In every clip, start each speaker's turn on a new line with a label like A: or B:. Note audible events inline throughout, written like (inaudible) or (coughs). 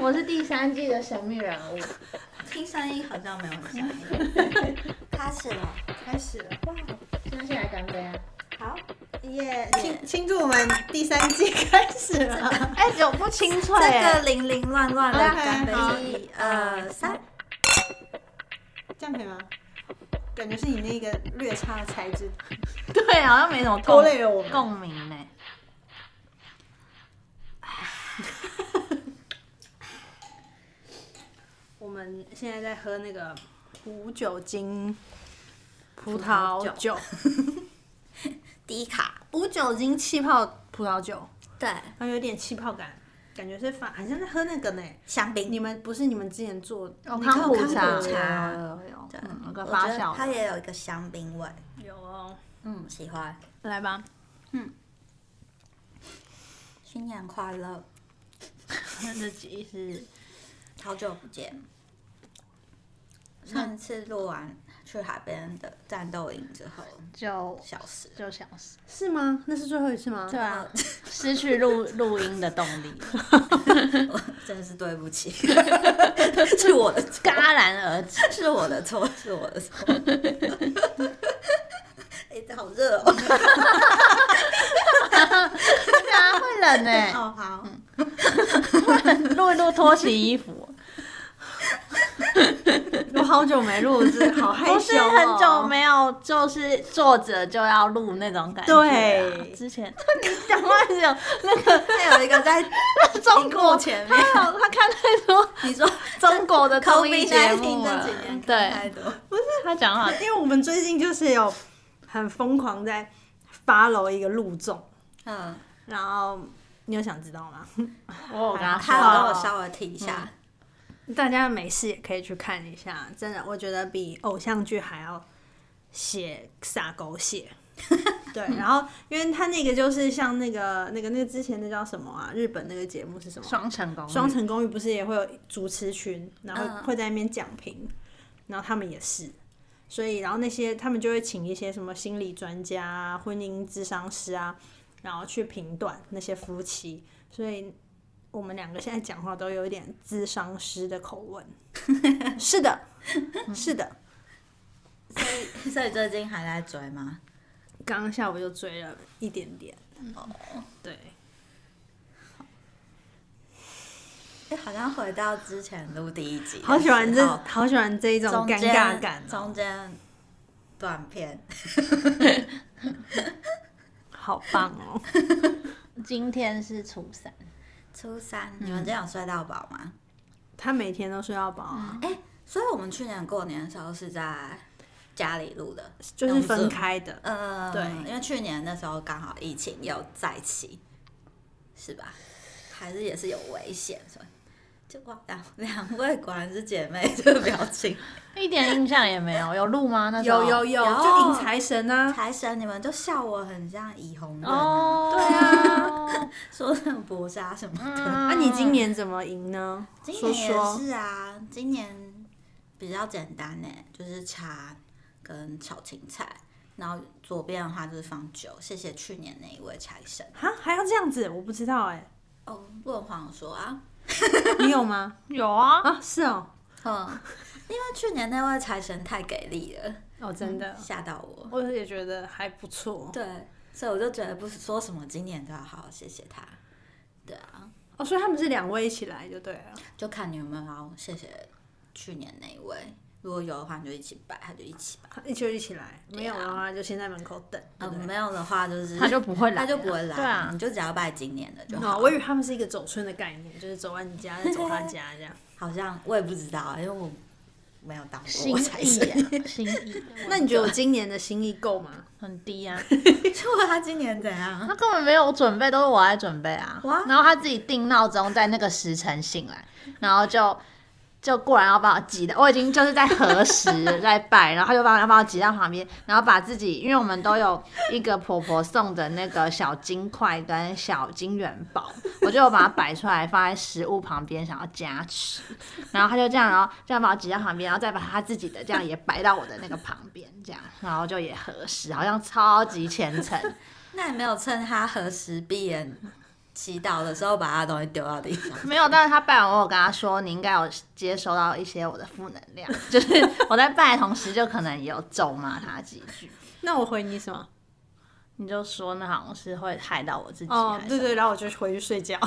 A: 我是第三季的神秘人物，
B: 听声音好像没有很像你。
C: 开始了，
D: 开始了，哇，
A: 现在先来干杯啊！
C: 好，
D: 耶！庆庆祝我们第三季开始了，
A: 哎，酒不清脆
B: 这
A: 哎
B: 个，零零乱乱的
D: OK，
B: 干杯
D: 好，
B: 一二三，
D: 这样可以吗？感觉是你那个略差的材质
B: 对，好像没什么
D: 拖累了我们。
B: 共鸣呢。
D: 我们现在在喝那个无酒精葡
B: 萄
D: 萄酒，
B: 低卡，
D: 无酒精气泡葡萄酒，
B: 对，
D: 然后有点气泡感，感觉是发，好像在喝那个呢。
B: 香槟，
D: 你们不是你们之前做
A: 哦
D: 那
A: 康
D: 个
A: 普
D: 康
A: 茶
D: 茶
B: 对，
A: 嗯有个
B: 我
A: 发
B: 觉得
A: 酵的
B: 它也有一个香槟味，
D: 有哦，
B: 嗯，喜欢。
D: 来吧，
B: 新年快乐！这集是好久不见，上次录完去海边的战斗营之后，
A: 就
B: 消失。
A: 就想死，
D: 是吗？那是最后一次吗？
A: 对啊，失去录录音的动力，
B: (laughs) 我真是对不起， (laughs) 是我的错，
A: 戛然而止。
B: 是我的错，是我的错。 (laughs) 哎、好热哦！
A: 对啊，会冷哎、
D: 哦，好，
A: 录一录脱洗衣服，
D: 我好久没录 (laughs) 制，好害羞、哦，
A: 不是很久没有，就是坐着就要录那种感觉、啊。
D: 对
A: 之前 (laughs) 你讲话是有那个
B: 还有一个在
A: 中
B: 荧幕
A: 国
B: 前面，
A: 他有他看太多
B: 你说
A: 中国的综艺
B: COVID
A: 节目
B: 这
A: 了
B: 几年，看
A: 对
B: 太多，
A: 他讲话
D: 因为我们最近就是有很疯狂在 follow 一个路众，
B: 嗯，
D: 然后你有想知道吗？
A: 我有跟他
B: 他
A: 说
B: 有
A: 啊，
B: 跟我稍微提一下，
D: 大家没事也可以去看一下，真的，我觉得比偶像剧还要写撒狗血。对，然后因为他那个就是像那个那个那个之前那叫什么啊？日本那个节目是什么？
A: 双成功，
D: 双城公寓不是也会有主持群，然后
B: 嗯
D: 会在那边讲评，然后他们也是，所以然后那些他们就会请一些什么心理专家啊、婚姻咨商师啊，然后去评断那些夫妻，所以我们两个现在讲话都有一点咨商师的口吻，是的，是的，
B: 所以最近还在追吗？
D: 刚刚下午就追了一点点，对，
B: 哎，好像回到之前录第一集的时候，
D: 好喜欢这好喜欢这一种
B: 中
D: 尴
B: 间
D: 尬感哦、
B: 中间短片，
D: 好棒哦、
A: 今天是初三，
B: 初三，你们这样睡到饱吗？
D: 他每天都睡到饱啊。
B: 哎、所以我们去年过年的时候是在家里录的，
D: 就是分
B: 用 Zoom。
D: 开的。
B: 呃，
D: 对
B: 因为去年那时候刚好疫情又再起，是吧？还是也是有危险，所以就哇，两两位果然是姐妹这个表
D: (laughs)
B: 情。
A: 一点印象也没有，有录吗？那时候
D: 有有有，
B: 有
D: 就引财神啊，
B: 财神，你们就笑我很像怡红人，
A: 哦，嗯对啊，
B: 说那种薄纱什么的。
D: 那、
A: 那
D: 啊你今年怎么赢呢？
B: 今
D: 嗯说
B: 年也
D: 说，
B: 是啊，今年比较简单呢，就是茶跟炒青菜，然后左边的话就是放酒，谢谢去年那一位财神。
D: 哈，还要这样子？我不知道哎、
B: 哦，论黄说啊，
D: (laughs) 你有吗？
A: 有啊，
D: 啊，是哦，
B: 嗯， (laughs) 因为去年那位财神太给力了，
D: 哦，真的，
B: 吓到我。
D: 我也觉得还不错。
B: 对，所以我就觉得不是说什么今年都要好好谢谢他。对啊，
D: 哦，所以他们是两位一起来就对了。
B: 就看你有没有要谢谢去年那一位，如果有的话你就一起摆，他就一起摆。
D: 一就一起来，没有的话就先在门口等。对
B: 嗯，
D: 不对
B: 没有的话就是
A: 他就不会来，
B: 他就不会来，
A: 对啊
B: 你，就只要拜今年的就好。
D: 哦，我以为他们是一个走村的概念，就是走完你 (laughs) 家再走他家这样。
B: 好像我也不知道，因为我没有当过
A: 心
B: 我才是。
D: (laughs)
A: 意啊，心意。
D: 那你觉得我今年的心意够吗？
A: 很低啊？
B: (laughs) 就问他今年怎样？
A: 他根本没有准备，都是我在准备啊。
B: 哇
A: 然后他自己定闹钟，在那个时辰醒来，然后就就过来要把我挤到，我已经就是在核实在拜，然后他就把要把我挤到旁边，然后把自己，因为我们都有一个婆婆送的那个小金块跟小金元宝，我就把它摆出来放在食物旁边，想要加持。然后他就这样，然后这样把我挤到旁边，然后再把他自己的这样也摆到我的那个旁边，这样，然后就也核实，好像超级虔诚。
B: 那也没有趁他何时闭眼祈祷的时候把他的东西丢到地上。
A: 没有，但是他拜完我有跟他说，你应该有接收到一些我的负能量， (laughs) 就是我在拜的同时就可能也有咒骂他几句，
D: 那我回你什么？
A: 你就说那好像是会害到我自己
D: 哦
A: 还，是
D: 对
A: 什么，
D: 对，然后我就回去睡觉。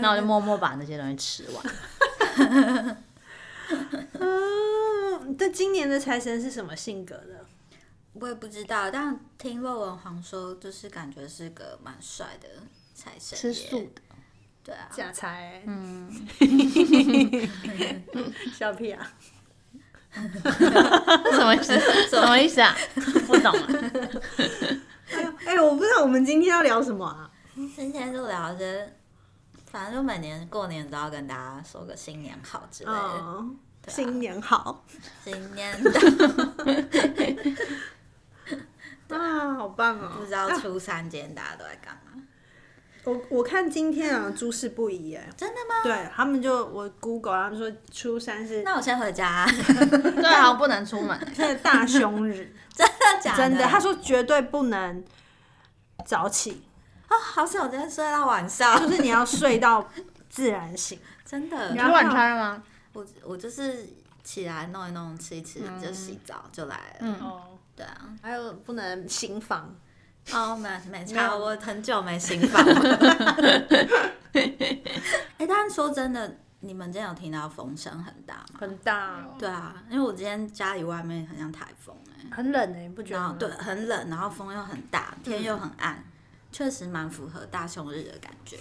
A: 那我就默默把那些东西吃完。
D: 嗯，但今年的财神是什么性格的？
B: 我也不知道，但听骆文皇说，就是感觉是个蛮帅的财神
A: 吃
B: 爷。
A: 素的，
B: 对啊，
D: 假财、嗯， (laughs) 小屁啊！
A: 什么意思？什么 (laughs) 意思啊？不懂啊。
D: 哎、我不知道我们今天要聊什么啊？
B: 今天就聊一些，反正就每年过年都要跟大家说个新年好之类的。
D: 哦，新年好
B: 新年到，
D: 啊，好棒哦！
B: 不知道初三今天大家都在干嘛？
D: 我我看今天啊，诸事不宜哎，
B: 真的吗？
D: 对他们就我 Google，他们说初三是
B: 那我先回家、啊
A: 对，好像不能出门。
D: 是大凶 (laughs) 日，
B: (laughs) 真的假
D: 真
B: 的，
D: 的，他说绝对不能早起，
B: 哦，好想我今天睡到晚上，
D: 就是你要睡到自然醒。
B: 真
A: (laughs)
B: 的
A: 你。
D: 然后
A: 晚餐了吗？
B: 我我就是起来弄一弄，吃一吃，就洗澡就来了。嗯，
D: (laughs) 哦，
B: 对啊。
D: 还有不能新房，
B: 哦，没没
D: 没
B: 差，
D: 有
B: 我很久没新房
D: (laughs)
B: 了。哎、但是说真的，你们今天有听到风声很大吗？
D: 很大哦，
B: 对啊，因为我今天家里外面很像台风哎、
D: 很冷哎，你不觉
B: 然
D: 得
B: 后
D: 吗？
B: 啊对，很冷，然后风又很大，
D: 嗯
B: 天又很暗，确实蛮符合大凶日的感
D: (laughs)
B: 觉。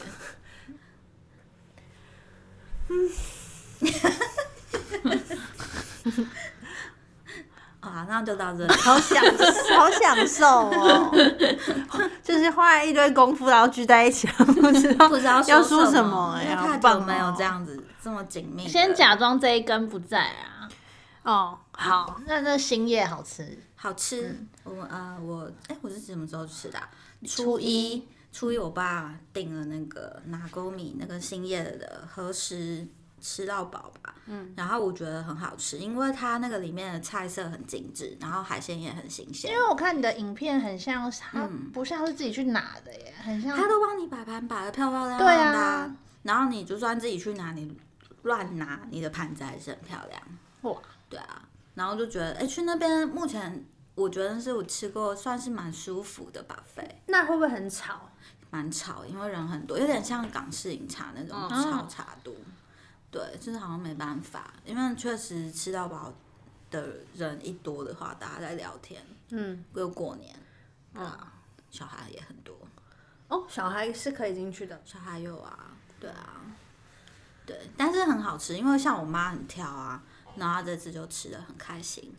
B: (laughs) 嗯，啊，那就到这里。
D: 好享 (laughs) 好享受哦，
B: (laughs)
D: 就是花了一堆功夫，然后聚在一起，不知道
B: 不 (laughs) 知道
D: 要
B: 说
D: 说什
B: 么
D: 么，哎
B: 因为
D: 好
B: 太久
D: 棒哦
B: 没有这样子这么紧密的。
A: 先假装这一根不在啊。
D: 哦。好，
A: 那那新叶好吃，
B: 好吃，我呃我哎、我是什么时候吃的啊、初一，初一我爸订了那个拿沟米那个新叶的和食吃到饱吧，嗯，然后我觉得很好吃，因为它那个里面的菜色很精致，然后海鲜也很新鲜
A: 因。为我看你的影片很像，它不像是自己去拿的耶，很像
B: 他都帮你摆盘摆的漂漂亮亮的、
A: 对啊
B: 然后你就算自己去拿，你乱拿，你的盘子还是很漂亮。
A: 哇，
B: 对啊，然后就觉得，哎、去那边目前我觉得是我吃过算是蛮舒服的吧，费。
D: 那会不会很吵？
B: 蛮吵，因为人很多，有点像港式饮茶那种
A: 嗯
B: 超茶度。对，就是好像没办法，因为确实吃到饱的人一多的话，大家在聊天，
D: 嗯，
B: 又过年，
A: 嗯
D: 啊，
B: 小孩也很多，
D: 哦，小孩是可以进去的，
B: 小孩有啊，对啊，对，但是很好吃，因为像我妈很挑啊，然后她这次就吃的很开心，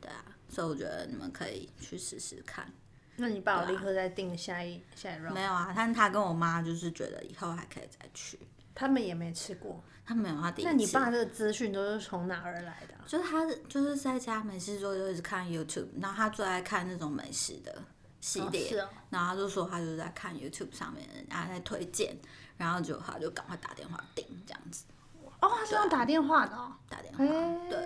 B: 对啊，所以我觉得你们可以去试试看。
D: 那你爸我立刻再订下一下一 round，
B: 没有啊，但她跟我妈就是觉得以后还可以再去，
D: 他们也没吃过。
B: 她没有她第一次。
D: 那你爸这个资讯都是从哪儿来的啊？
B: 就是他就是在家没事做就一直看 YouTube，然后他最爱看那种美食的系列，
D: 哦是哦
B: 然后他就说他就是在看 YouTube 上面人家在推荐，然后就他就赶快打电话订这样子，
A: 哦，他是用打电话的哦。
B: 打电话、
A: 哎
B: 对，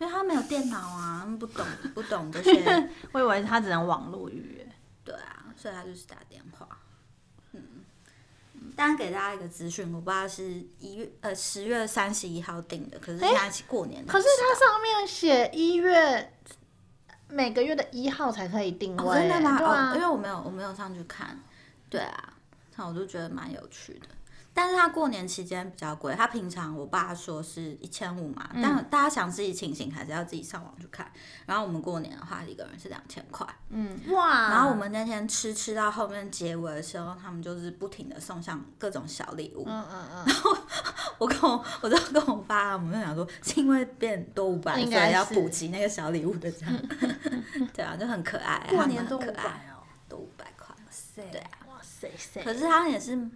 B: 因为他没有电脑啊，不懂不懂
A: (laughs)
B: 这些，
A: 我以为他只能网络预约。
B: 对啊，所以他就是打电话，嗯。但给大家一个资讯，我不知道是一月呃十月三十一号订的，可是现在是过年的时
A: 可
B: 候，
A: 是它上面写一月每个月的一号才可以定位、
B: 哦、真的吗？
A: 对啊
B: 哦，因为我没有我没有上去看，对啊，那我就觉得蛮有趣的。但是他过年期间比较贵，他平常我爸说是一千五嘛，
A: 嗯
B: 但大家想自己请行还是要自己上网去看。然后我们过年的话，一个人是两千块。
A: 嗯哇！
B: 然后我
D: 嗯
B: 们那天吃吃到后面结尾的时候，他们就是不停的送上各种小礼物。
A: 嗯嗯嗯，
B: 我跟我我就跟我爸，我们就想说是因为变多五百，
A: 应
B: 所
A: 该
B: 以要
A: 是
B: 补齐那个小礼物的这样。 (laughs) 对啊，就很可爱，
D: 嗯过
B: 他们
D: 年
B: 很
D: 都
B: 可
D: 五
B: 爱，
D: 百哦，
B: 多五百块。
D: 塞
B: 对啊
A: 哇塞塞！
B: 可是他也是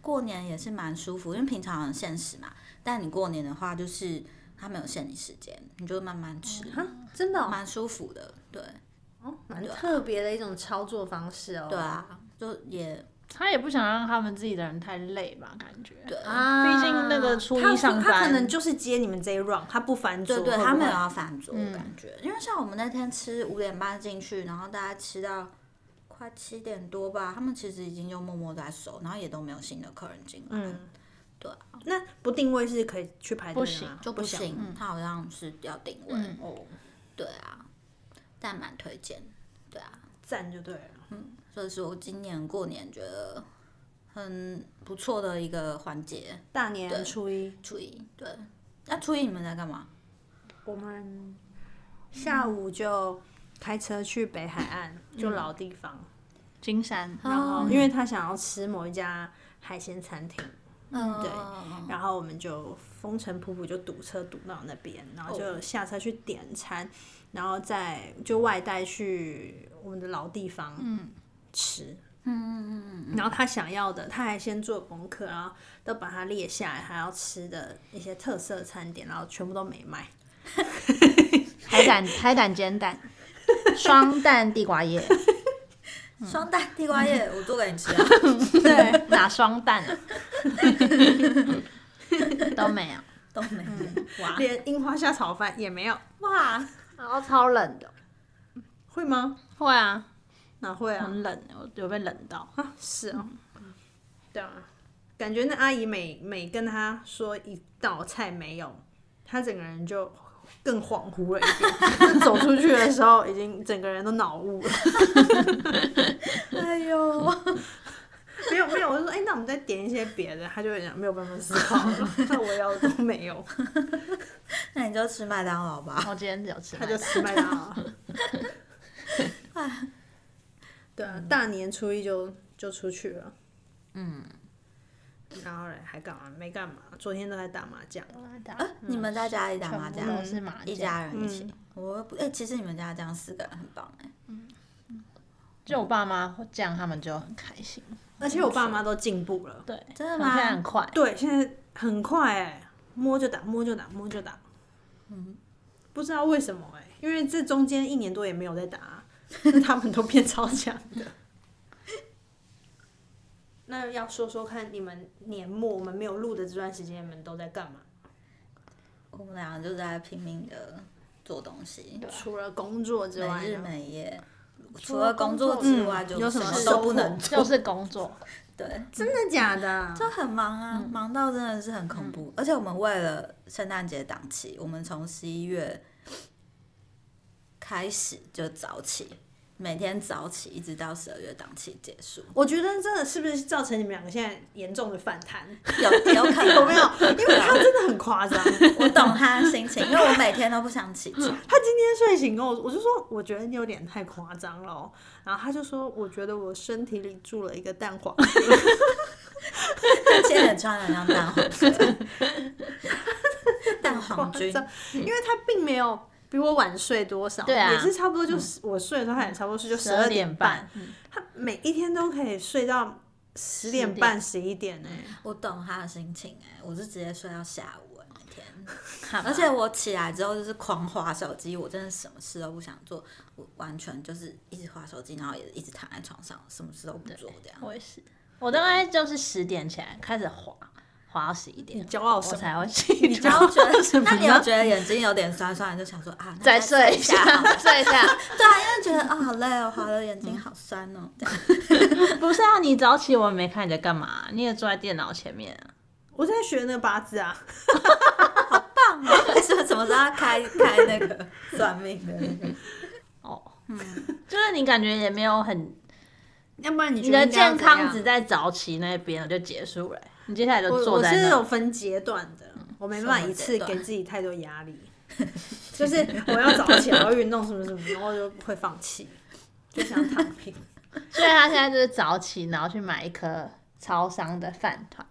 B: 过年也是蛮舒服，因为平常很现实嘛。但你过年的话，就是他没有限你时间，你就慢慢吃，
D: 啊，真的哦，
B: 蛮舒服的。对
D: 哦蛮特别的一种操作方式哦。
B: 对啊，就也
A: 他也不想让他们自己的人太累吧，感觉。对
D: 啊，
A: 毕竟那个初一上班
D: 他他可能就是接你们这一 round，他不翻桌，
B: 对对，
D: 会不会
B: 他没有嗯要饭桌，感觉、因为像我们那天吃五点半进去，然后大家吃到。快七点多吧，他们其实已经就默默在收，然后也都没有新的客人进来，
D: 嗯，
B: 对啊，
D: 那不定位是可以去排队
A: 不
D: 的
A: 行
D: 吗？
B: 就不
D: 不行
B: 行，嗯他好像是要定位，
A: 嗯
D: 哦，
B: 对啊，但蛮推荐，对啊，
D: 赞就对了。
B: 这是我今年过年觉得很不错的一个环节，
D: 大年
B: 对
D: 初一，
B: 初一，对，那、初一你们在干嘛？
D: 我们下午就开车去北海岸，就老地方，
A: 金山，
D: 然后
B: 嗯
D: 因为他想要吃某一家海鲜餐厅，
B: 嗯，
D: 对然后我们就风尘仆仆就堵车堵到那边，然后就下车去点餐，然后再就外带去我们的老地方吃。嗯嗯嗯。然后他想要的，他还先做功课，然后都把它列下来，他要吃的一些特色餐点，然后全部都没卖。
A: 海 (laughs) 胆海胆煎蛋，双蛋地瓜叶，
B: 双蛋地瓜叶，我做给你吃、 (laughs) 啊。
A: 对，哪双蛋 (laughs) 啊？都没有，
B: 都没有哇
D: 连樱花下炒饭也没有，
B: 嗯 (laughs) 哇，
A: 然后超冷的，
D: 会吗？
A: 会啊，
D: 哪会啊？
A: 很冷，我有被冷到。
D: 啊，是啊，对啊，感觉那阿姨每每跟他说一道菜没有，他整个人就更恍惚了一点。 (laughs) 走出去的时候，已经整个人都脑雾了。
B: 哎呦，
D: 没有没有，我就说，哎、那我们再点一些别的，他就会讲没有办法思考 (laughs) 了。那我要的都没有，
B: 那你就吃麦当劳吧。
A: (laughs) 我今天只有吃
D: 他
A: 麦
D: 就
A: 当
D: 吃麦当 (laughs) 劳。对啊，大年初一就就出去了。嗯，然后嘞还干嘛？没干嘛，昨天都在打麻将。
A: 劳
B: 啊，你们在家里打麻
A: 嗯全
B: 将
A: 部，都是麻
B: 一
A: 将，
B: 家人一起。我不，哎、其实你们家这样四个人很棒哎、
A: 就我爸妈会这样，他们就很开心。
D: 而且我爸妈都进步了，
A: 对，
B: 真的
A: 他们现在
B: 吗
A: 很？快，
D: 对，现在很快哎、摸就打，摸就打，摸就打，嗯，不知道为什么哎、因为这中间一年多也没有在打啊、那他们都变超强的。 (laughs) 那要说说看，你们年末我们没有录的这段时间，你们都在干嘛？
B: 我们俩就在拼命的做东西，
D: 除了工作啊之外
B: 没日
D: 呢，
B: 没夜。除
A: 了
B: 了
A: 工
B: 工
A: 作
B: 作之外，
D: 嗯
B: 就
D: 有什么
B: 么
D: 收
B: 都
D: 获
A: (laughs)
B: 不能
A: 就
B: 做，
A: 是工作，
B: 对，
D: 真的假的？
B: 就很忙啊，忙到真的是很恐怖。而且我们为了圣诞节档期，我们从十一月开始就早起，每天早起，一直到十二月档期结束。
D: 我觉得真的是不是造成你们两个现在严重的反弹？
B: (laughs) 有有可能
D: (laughs) 有没有？因为他真的很夸张。
B: 我懂他的心情，因为我每天都不想起床。
D: 他今天睡醒跟我，我就说我觉得你有点太夸张了哦、然后他就说我觉得我身体里住了一个蛋黄， (laughs)
B: 现在穿的像蛋黄色，蛋黄
D: 夸
B: 君，
D: 张，因为他并没有比我晚睡多少，
A: 对啊
D: 也是差不多就是、我睡的时候，他也差不多是就十二
A: 点
D: 半，，他每一天都可以睡到十点半十一点欸呢、
B: 我懂他的心情哎、我是直接睡到下午、欸、每天，
A: 看吧
B: 而且我起来之后就是狂划手机，我真的什么事都不想做，我完全就是一直划手机，然后也一直躺在床上，什么事都不做这样。
A: 我也是，我大概就是十点起来开始滑，滑到十一点，
D: 骄傲
A: 我
D: 什么？
A: 才会起
B: 然后
A: 床，
B: 觉得，那
D: 呢
B: 你有觉得眼睛有点酸酸的，就想说啊，
A: (laughs)
B: 那
A: 再
B: 睡
A: 睡
B: 一
A: 一
B: 下好
A: 下，
B: 了。
A: 睡一下。
B: (laughs) 对啊，因为觉得啊、好累哦，划的眼睛好酸哦。这样
A: 不是啊，你早起我没看你在干嘛，你也坐在电脑前面啊。
D: 我在学那个八字啊，
B: 棒啊！为什么什么时候要开开那个算命的那个？
A: 哦，嗯，就是你感觉也没有很，
B: (laughs)
D: 要不然你
A: 你
D: 觉
A: 的
D: 得应该要
A: 健
D: 怎
A: 康
D: 样
A: 只在早起那边就结束了、你接下来就
D: 我
A: 坐
D: 我
A: 在
D: 是
A: 那。
D: 有分阶段的，我没办
B: 什
D: 法
B: 么
D: 一次
B: 阶段
D: 给自己太多压力，就是我要早起，我要运动什么什么，然后就会放弃，就想躺平。
A: 所以他现在就是早起，然后去买一颗超商的饭团，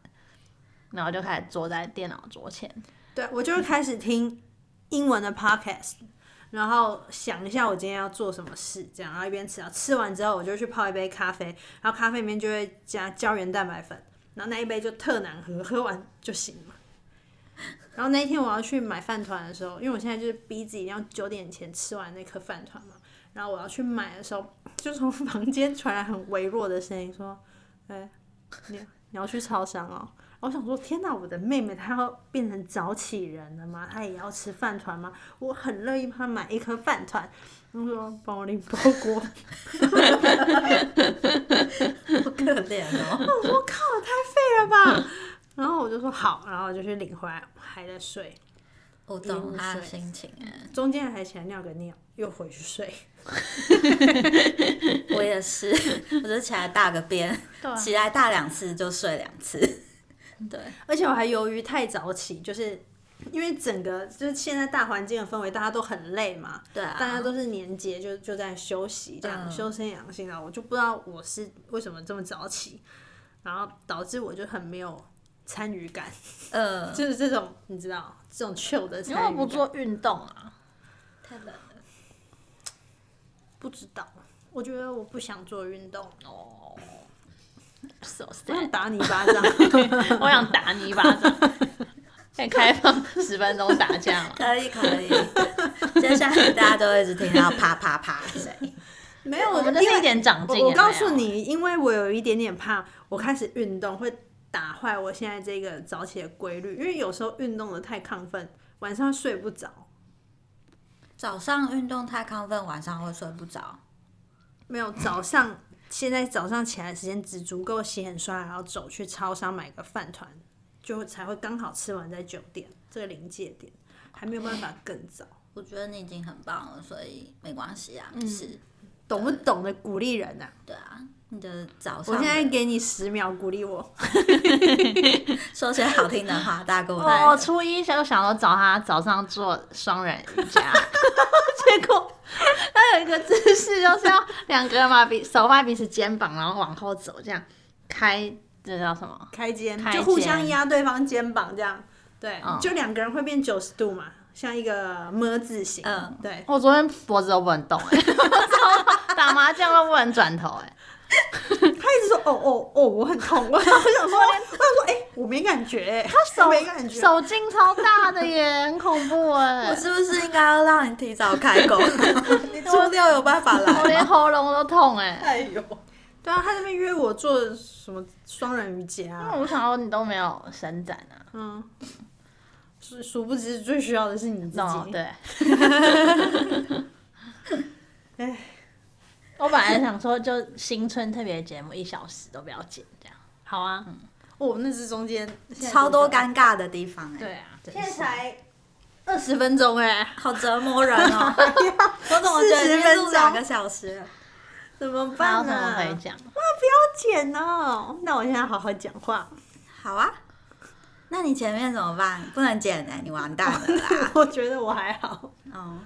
A: 然后就开始坐在电脑桌前。
D: 对我就会开始听英文的 podcast，然后想一下我今天要做什么事，这样，然后一边吃啊，吃完之后我就去泡一杯咖啡，然后咖啡里面就会加胶原蛋白粉，然后那一杯就特难喝，喝完就行了。然后那一天我要去买饭团的时候，因为我现在就是逼自己一定要九点前吃完那颗饭团嘛，然后我要去买的时候，就从房间传来很微弱的声音说：“哎、你你要去超商哦。”我想说，天哪，我的妹妹她要变成早起人了吗？她也要吃饭团吗？我很乐意帮她买一颗饭团。他说帮我拎包裹， (laughs)
B: 好可怜哦。
D: 我说靠，太废了吧！然后我就说好，然后我就去领回来，还在睡。
B: (laughs) 我懂他的心情哎，
D: 中间还起来尿个尿，又回去睡。
B: (laughs) 我也是，我就起来大个 (laughs) 便，
A: 对啊
B: 起来大两次就睡两次。对，
D: 而且我还由于太早起，就是因为整个就是现在大环境的氛围，大家都很累嘛，
B: 对啊
D: 大家都是年节就就在休息，这样、
B: 嗯
D: 修身养性啊，我就不知道我是为什么这么早起，然后导致我就很没有参与感，
B: 呃，
D: (laughs) 就是这种你知道这种 chill 的
A: 你为什
D: 参
A: 么
D: 与
A: 不
D: 感，
A: 做运动啊？
B: 太冷了。
D: 不知道，我觉得我不想做运动，
A: 哦、s o
D: 我
A: (laughs)
D: 想
A: sad，
D: 打你一巴掌，
A: 我想打你一巴 (laughs) 掌。可以开放十分钟打架吗？
B: 可以可以， (laughs) 接下来大家都一直听到啪啪啪的声音。
D: 没有，
A: (laughs) 我们这
D: 因为
A: 是一点长进也没有啊
D: 我我告诉你，因为我有一点点怕，我开始运动会打坏我现在这个早起的规律，因为有时候运动的太亢奋，晚上睡不着。
B: 早上运动太亢奋，晚上会睡不着。
D: 没有早上，现在早上起来的时间只足够洗脸刷牙，然后走去超商买个饭团，就才会刚好吃完在九点这个临界点，还没有办法更早。
B: 我觉得你已经很棒了，所以没关系啊，是，
D: 懂不懂得鼓励人呐、啊？
B: 对啊，你的早上
D: 我现在
B: 的
D: 给你十秒鼓励我。
B: 说些好听的话，大家给我来
A: 我哦初一就想说找他早上做双人瑜伽， (laughs) 结果他有一个姿势就是要两个人 (laughs) 把彼手放在彼此肩膀，然后往后走，这样开这叫什么？
D: (laughs) 开肩，
A: 开
D: 就
A: 肩
D: 互相压对方肩膀这样，对，
A: 嗯
D: 就两个人会变九十度嘛，像一个么字形，
B: 嗯
D: 对，
A: 我昨天脖子都不能动哎、欸， (laughs) 打麻将都不能转头哎、
D: 他一直说哦哦哦，我很痛， (laughs) 我我想说，我想说，哎、我没感觉、哎，他
A: 手
D: 没感觉，
A: 手劲超大的耶，很恐怖哎、
B: 我是不是应该要让你提早开工？ (laughs) 你初六有办法
A: 我
B: 来
A: 连
B: 吗？
A: 喉咙都痛哎、
B: 哎呦，
D: 对啊，他那边约我做什么双人瑜伽、
A: 因为我想说你都没有伸展啊，
D: 嗯，殊殊不知最需要的是你自己，
A: 哦对。
D: (laughs) 哎，
A: 我本来想说，就新春特别节目一小时都不要剪，这样好啊。
D: 哦，那是中间
B: 超多，尴尬的地方哎、
A: 对啊，
D: 现在才二十分钟哎、
B: 好折磨人 (laughs) 哦！我怎么觉得已经录两个小时了？
D: 怎么
A: 还有
D: 办
A: 什
D: 呢、
A: 么可以
D: 啊？
A: 讲？
D: 剪哦，那我现在好好讲
A: (laughs)
D: 话。
B: 好啊，那你前面怎么办？不能剪哎、你完蛋了啦！
D: 我觉得我还好，
B: (laughs) 哦，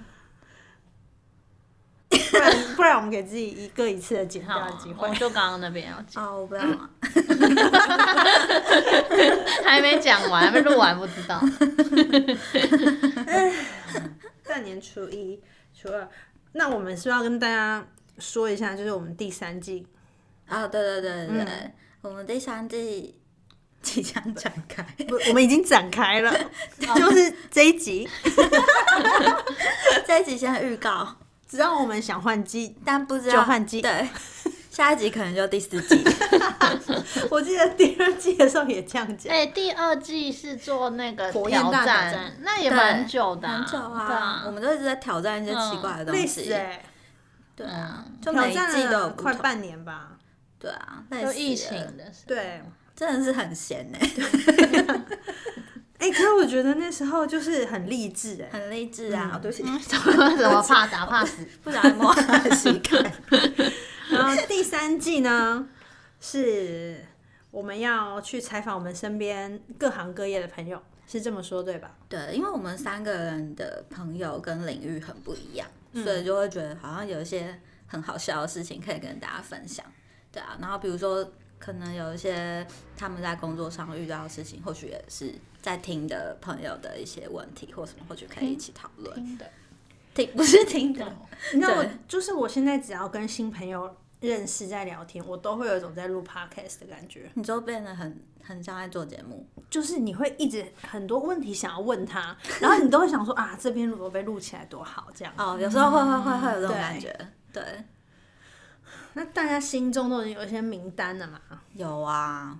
D: 不然不然我们给自己一个一次的剪
A: 好
D: 掉的
A: 啊，
D: 机会
A: 我。就刚刚那边要讲，
B: 哦，我不要 (coughs) 了。
A: (laughs) 还没讲完，还没录完，不知道。
D: 大年初一、初二，那我们是不是要跟大家说一下，就是我们第三季
B: 啊、对对对对对，我们第三季即将展 (laughs) 开。
D: 不，我们已经展开
A: (laughs)
D: 了，
A: 哦
D: 就是这一集。
B: 这一集先预告，
D: 只要我们想换季，
B: 但不知
D: 就
B: 道
D: 换季
B: 对，下一集可能就第四季。
D: (laughs) 我记得第二季的时候也这样讲。
A: 哎，第二季是做那个
D: 火焰
A: 挑
D: 大挑
A: 战
D: 战，
A: 那也蛮久的，
B: 很久
A: 对
B: 啊，嗯我
A: 啊，
B: 们都一直在挑战一些奇怪的东
D: 累
B: 西。
D: 死哎、
B: 对啊，
A: 嗯
B: 就
D: 挑
B: 每一季
D: 战
B: 都有
D: 了
B: 不
D: 快
B: 同。
D: 半年吧。
B: 对啊，累
A: 就
B: 死
A: 疫
B: 了
A: 情的时候，
D: 对，
B: 真的是很闲欸呢、
D: 哎、可是我觉得那时候就是很励志哎、
B: 很励志啊！对不起，
A: 怎
B: (laughs)
A: 么 (laughs) 怎么怕打怕死？
B: 不小心摸他的膝盖。
D: 然后第三季呢，是我们要去采访我们身边各行各业的朋友，是这么说对吧？
B: (laughs) 对，因为我们三个人的朋友跟领域很不一样，所以就会觉得好像有一些很好笑的事情可以跟大家分享。对啊，然后比如说可能有一些他们在工作上遇到的事情，或许也是在听的朋友的一些问题或什么，或许可以一起讨论。
A: 真的
B: 听不是听的，
D: 你知道我
B: 对
D: 就是我现在只要跟新朋友认识在聊天，我都会有一种在录 podcast 的感觉，
B: 你就变得很很像在做节目。
D: 就是你会一直很多问题想要问他，然后你都会想说啊，这边如果被录起来多好这样。
B: 哦，有时候会会会会有这种
D: 对
B: 感觉，对，
D: 那大家心中都已经有一些名单了嘛？
B: 有啊，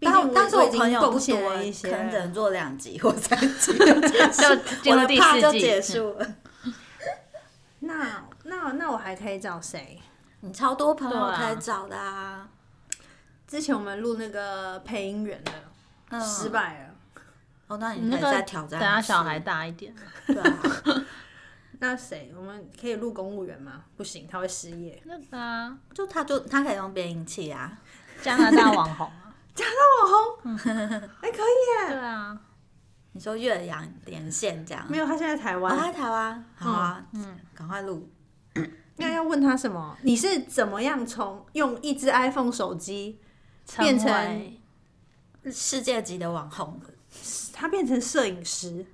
D: 毕竟
B: 但但是
D: 我
B: 我
D: 已经
B: 朋友
D: 贡
B: 不多
D: 献，了一些
B: 可能只
D: 了。
B: 能做两集或三集，
A: 就进
B: 我
A: 入
B: 的
A: 第
B: 怕就
A: 四
B: 结
A: 季。
B: 束了。
D: 那那那我还可以找谁？
B: 你超多朋友
A: 对啊
B: 可以找的啊，
D: 之前我们录那个配音员的
B: 嗯
D: 失。败了，
B: 哦，那
A: 你
B: 你可
A: 那
B: 以
A: 个
B: 再挑战。
A: 等下小孩。大一点，
B: 对啊，
D: 那谁？我们可以录公务员吗？不行，他会失业。
A: 那个啊，
B: 就他就他可以用变音器啊。
A: 加拿大网红啊，
D: 哎、可以耶！
A: (laughs) 对啊，
B: 你说岳阳连线这样，
D: 没有，他现在在台
B: 我
D: 湾，
B: 在台湾，好啊，嗯，赶快录。
D: 那要问他什么？你是怎么样从用一只 iPhone 手机，变成
A: 成为
B: 世界级的网红， (laughs)
D: 他变成摄影 (laughs) 师？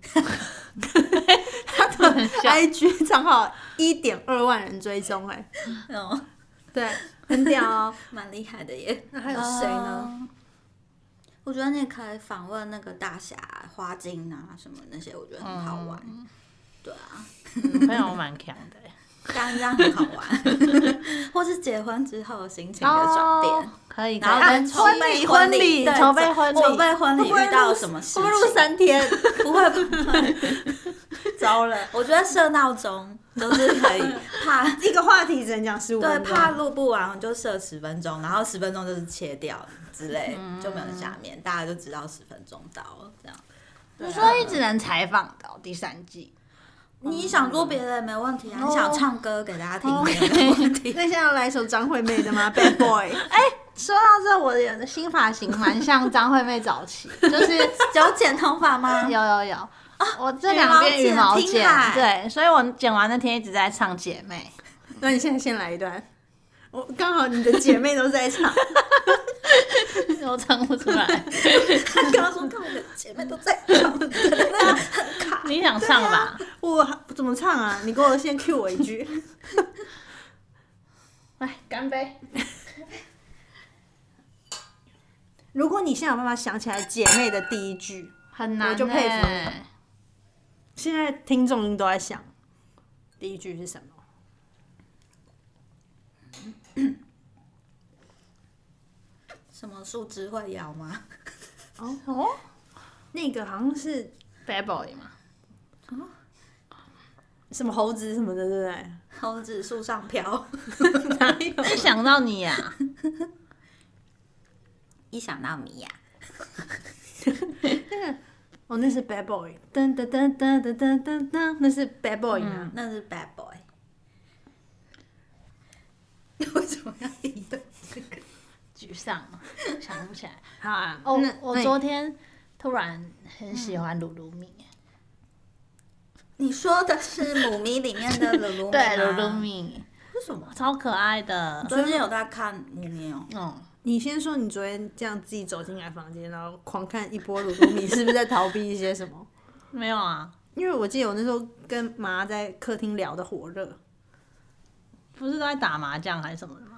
D: 他的 IG 账号一点二万人追踪，哎，
B: 哦，
D: 对，很屌 (laughs) 哦。
B: (laughs) 蛮厉害的耶。
D: (laughs) 那还有谁呢？
B: 哦？我觉得你可以访问那个大侠花精啊，什么那些，我觉得很好玩。
D: 嗯
B: 对啊，
A: 我朋友蛮强的欸。
B: 当然这样很好
D: (laughs)
B: 玩， (laughs) 或是结婚之后心情的转变
A: 哦，，可以，
B: 然后
A: 可以啊
B: 跟筹备
D: 筹备婚礼
B: 礼，对
A: 筹备婚礼啊
B: 筹备婚礼
D: 会不会
B: 遇到
D: 录
B: 什么事
D: 会不会录
B: 情？
D: 三天？
B: (laughs) 不会不会，
D: (laughs) 糟了，
B: 我觉得设闹钟都是可以，
D: (laughs)
B: 怕
D: 一个话题只能讲十五
B: 对
D: 分钟，
B: 怕录不完就设十分钟，然后十分钟就是切掉之类，就没有下面，大家就知道十分钟到了这样。
A: 你说一直能采访到第三季，
B: 你想做别的也没问题啊，
D: 哦
B: 你想唱歌给大家听也没问题。啊
D: 那现在要来一首张惠妹的吗 (laughs) ？Bad Boy，
A: 说到这，我的新发型蛮像张惠妹早 (laughs) 期，就是
B: 哦 (laughs) 有剪头发吗？
A: 有有有啊，我这两边
B: 羽
A: 羽
B: 毛
A: 毛
B: 剪听
A: 剪
B: 海，
A: 对，所以我剪完那天一直在唱姐妹， (laughs)
D: 那你现在先来一段。我刚好你的姐妹都在场，
A: 我唱不出来，
B: 他刚刚说看我的姐妹都在唱，
A: (laughs) 你想唱吧？
D: (laughs)
A: (laughs)
D: 我怎么唱啊？你给我先 cue 我一句。
A: 来哎干杯！
D: 如果你现在有办法想起来姐妹的第一句，
A: 很难欸，
D: 我就佩服你现在听众应该都在想第一句是什么？
B: (laughs) 什么树枝会摇吗？ (laughs)
D: 哦哦，那个好像是
A: Bad Boy 嘛，
D: 什么猴子什么的，对不
B: 猴子树上飘，
D: 对？哪有？
A: 没想到你啊呀、
B: (laughs) 一想到米娅，
D: 哦，那是 Bad Boy，噔噔噔噔噔噔噔噔，那是 Bad Boy 吗？
B: 那是 bad boy。为什么要移动这个？
A: 沮 (laughs) 丧，想不起来。
D: 好啊，
A: 哦
D: 那，
A: 我
D: 那
A: 昨天突然很喜欢鲁鲁米，
B: 你说的是母咪里面 (laughs) 的鲁鲁米
A: 对，啊
B: 吗
A: 鲁鲁，米
B: 为什么？
A: 超可爱的，
B: 最近有在看母咪哦，
A: 嗯，
D: 你先说，你昨天这样自己走进来房间，然后狂看一波鲁鲁米，是不是在逃避一些什么？
A: 没有啊，
D: (laughs) 因为我记得我那时候跟妈在客厅聊的火热，
A: 不是都在打麻将还是什么的吗？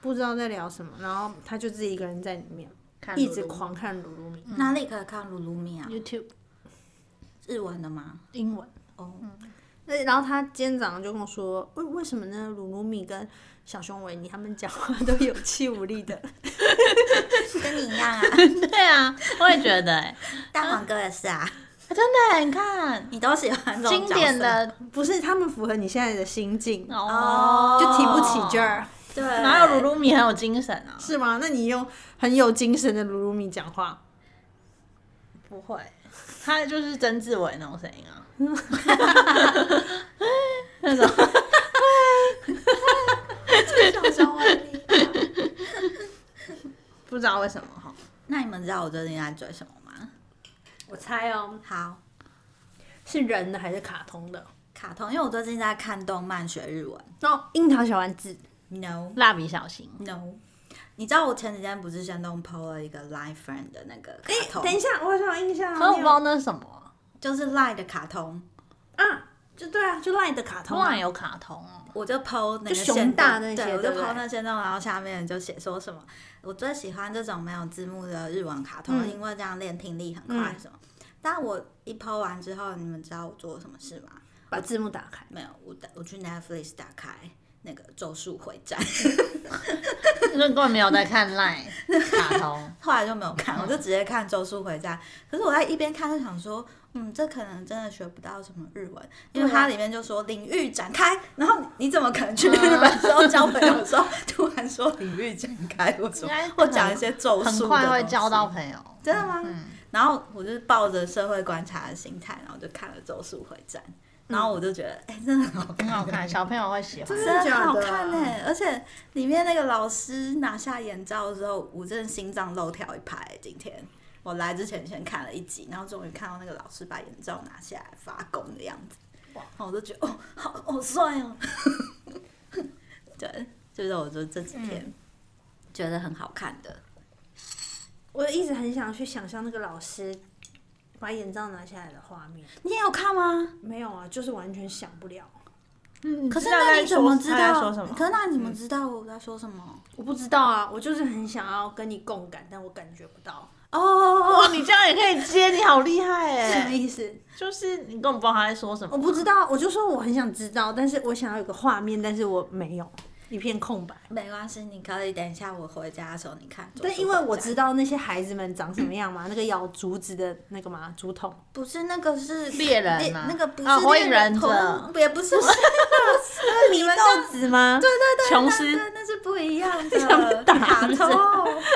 D: 不知道在聊什么，然后她就自己一个人在里面
A: 看
D: 一直狂看鲁鲁米。
B: 哪里可以看鲁鲁米啊？
A: YouTube
B: 日文的吗？
A: 英文， (laughs)
B: 哦，
D: 那然后他今天早上就跟我说，为为什么呢？鲁鲁米跟小熊维尼他们讲话都有气无力 (laughs) 的，
B: 跟你一 (laughs) 样啊，
A: 对啊，我也觉得、欸，
B: 大黄哥也是啊，
A: (laughs) 真的、欸，你看
B: 你都喜欢这
A: 经
B: 种
A: 典
B: 角色，
A: 的
D: 不是他们符合你现在的心境，
A: 哦，
D: 就提不起劲儿，
B: 对，
A: 哪有鲁鲁米很有精神啊？
D: 是吗？那你用很有精神的鲁鲁米讲话，
A: 不会，他就是曾志伟那种声音啊，那种
B: 小熊维尼？
A: 不知道为什么哈。
B: (laughs) 那你们知道我最近在追什么吗？
D: 我猜哦，
B: 好，
D: 是人的还是卡通的？
B: 卡通，因为我最近在看动漫学日文
D: 然后樱桃小丸子，
B: ，no
A: 蜡笔小新，
B: no。你知道我前几天不是先动 PO 了一个 Line Friend 的那个卡通，
D: 哎等一下，我好像有印象，
A: 可我不知
D: 你有
A: 道那是什么。啊
B: 就是 Line 的卡通，
D: 啊，就对啊，就赖的卡通
A: 突
D: 啊、
A: 然有卡通 (laughs) 哦，
B: 我就抛那个
D: 就熊
B: 限动
D: 大那些
B: 对，我就
D: 对不对
B: 抛那些动，然后下面就写说什么我最喜欢这种没有字幕的日文卡通，
D: 嗯
B: 因为这样练听力很快
D: 嗯
B: 什么。但我一抛完之后，你们知道我做了什么事吗？
D: 把字幕打开，
B: 没有，我打我去 Netflix 打开，那个《咒术回战》，
A: 那根本没有在看 Line 卡通，
B: 后来就没有
A: 嗯
B: 看，我就直接看《咒术回战》。可是我在一边看就想说，嗯，这可能真的学不到什么日文，
A: 啊
B: 因为它里面就说领域展开，然后你怎么可
A: (laughs) 嗯
B: 能去日本之后交朋友的时候突然说领域展开，我
A: (laughs) 应
B: 说
A: 该
B: 或讲一些咒术的东西，
A: 很快会交到朋友。嗯
B: 真的吗？然后我就是抱着社会观察的心态，然后就看了《咒术回战》，然后我就觉得，哎、真的很好看，
A: 很好看，小朋友会喜欢。
D: 真的
B: 真的
D: 假
B: 好
D: 的
B: 看呢、欸而且里面那个老师拿下眼罩之后，我真的心脏漏跳一拍。今天我来之前先看了一集，然后终于看到那个老师把眼罩拿下来发功的样子，然后我就觉得哦，好好帅哦。 (laughs) 对，就是我就这几天、觉得很好看的。
D: 我一直很想去想象那个老师把眼罩拿下来的画面，
B: 你也有看吗？
D: 没有啊，就是完全想不了。
A: 嗯，
B: 可是
A: 大概
B: 那你怎么
A: 说
B: 知
A: 大
B: 道？
A: 概说什么？
B: 可是那你怎么知道我在说什么？
D: 我不知道啊，我就是很想要跟你共感，但我感觉不到，
B: 哦哦
A: 哇，
B: 哦，
A: 你这样也可以接，你好厉害
D: 什么
A: 哎！
D: 意思？
A: 就是你根本不知道他在说什么。
D: 我不知道，我就说我很想知道，但是我想要有个画面，但是我没有，一片空白。
B: 没关系，你可以等一下我回家的时候你看。
D: 但因为我知道那些孩子们长什么样嘛，那个咬竹子的那个嘛，竹筒，
B: 不是那个是
A: 猎人
B: 猎
A: 吗
B: 那个不是
A: 啊火
B: 猎
A: 影
B: 人
A: 忍
B: 头
A: 者
B: 也不是，不是那个
D: 你
B: 你们
D: 们
B: 这
D: 豆
B: 样
D: 子吗？对对对，
A: 琼
B: 那
A: 斯
B: 那那是不一样
D: 想被
B: 的
D: 打
B: 卡
D: 是
B: 通，
D: 不是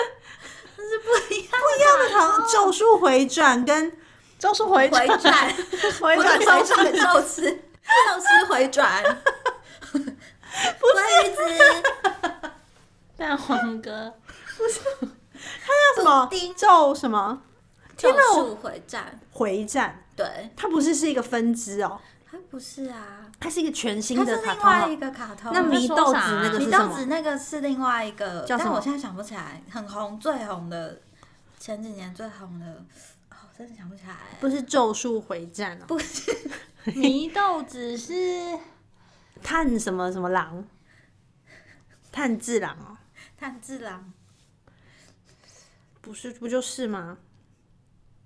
B: 那是不一样
D: 一样的糖，《咒术回转》跟
A: 就是回
B: 回
A: 转，
B: 转，
A: 回
B: 不
A: 转，
B: 是回
A: 回
B: 转
A: 转，
B: 宙斯，宙斯回转，关于子
A: 蛋黄
B: (laughs)
A: 哥。
D: 那什么
B: 布丁
D: (laughs) 咒什么
B: 咒
D: 天哪我
B: 术回战，
D: 回战，
B: 对，
D: 它不是是一个分支哦，
B: 它哎不是啊，
D: 它是一个全新
B: 它
D: 的
B: 是
D: 卡
B: 另
D: 通
B: 外一
D: 哦。
B: 个卡通，
D: 那迷豆子那个
A: 这
D: 是
B: 米
D: 什
B: 豆子
D: 么？
B: 那个啊是另外一个，
D: 叫什
B: 但
D: 么
B: 我现在想不起来，很红最红的，前几年最红的，哦，我真的想不起来。
D: 不是《咒术回战》哦，
B: 不是，
A: 祢豆子是
D: 炭什么什么狼，炭治郎哦，
B: 炭治郎，
D: 不是不就是吗？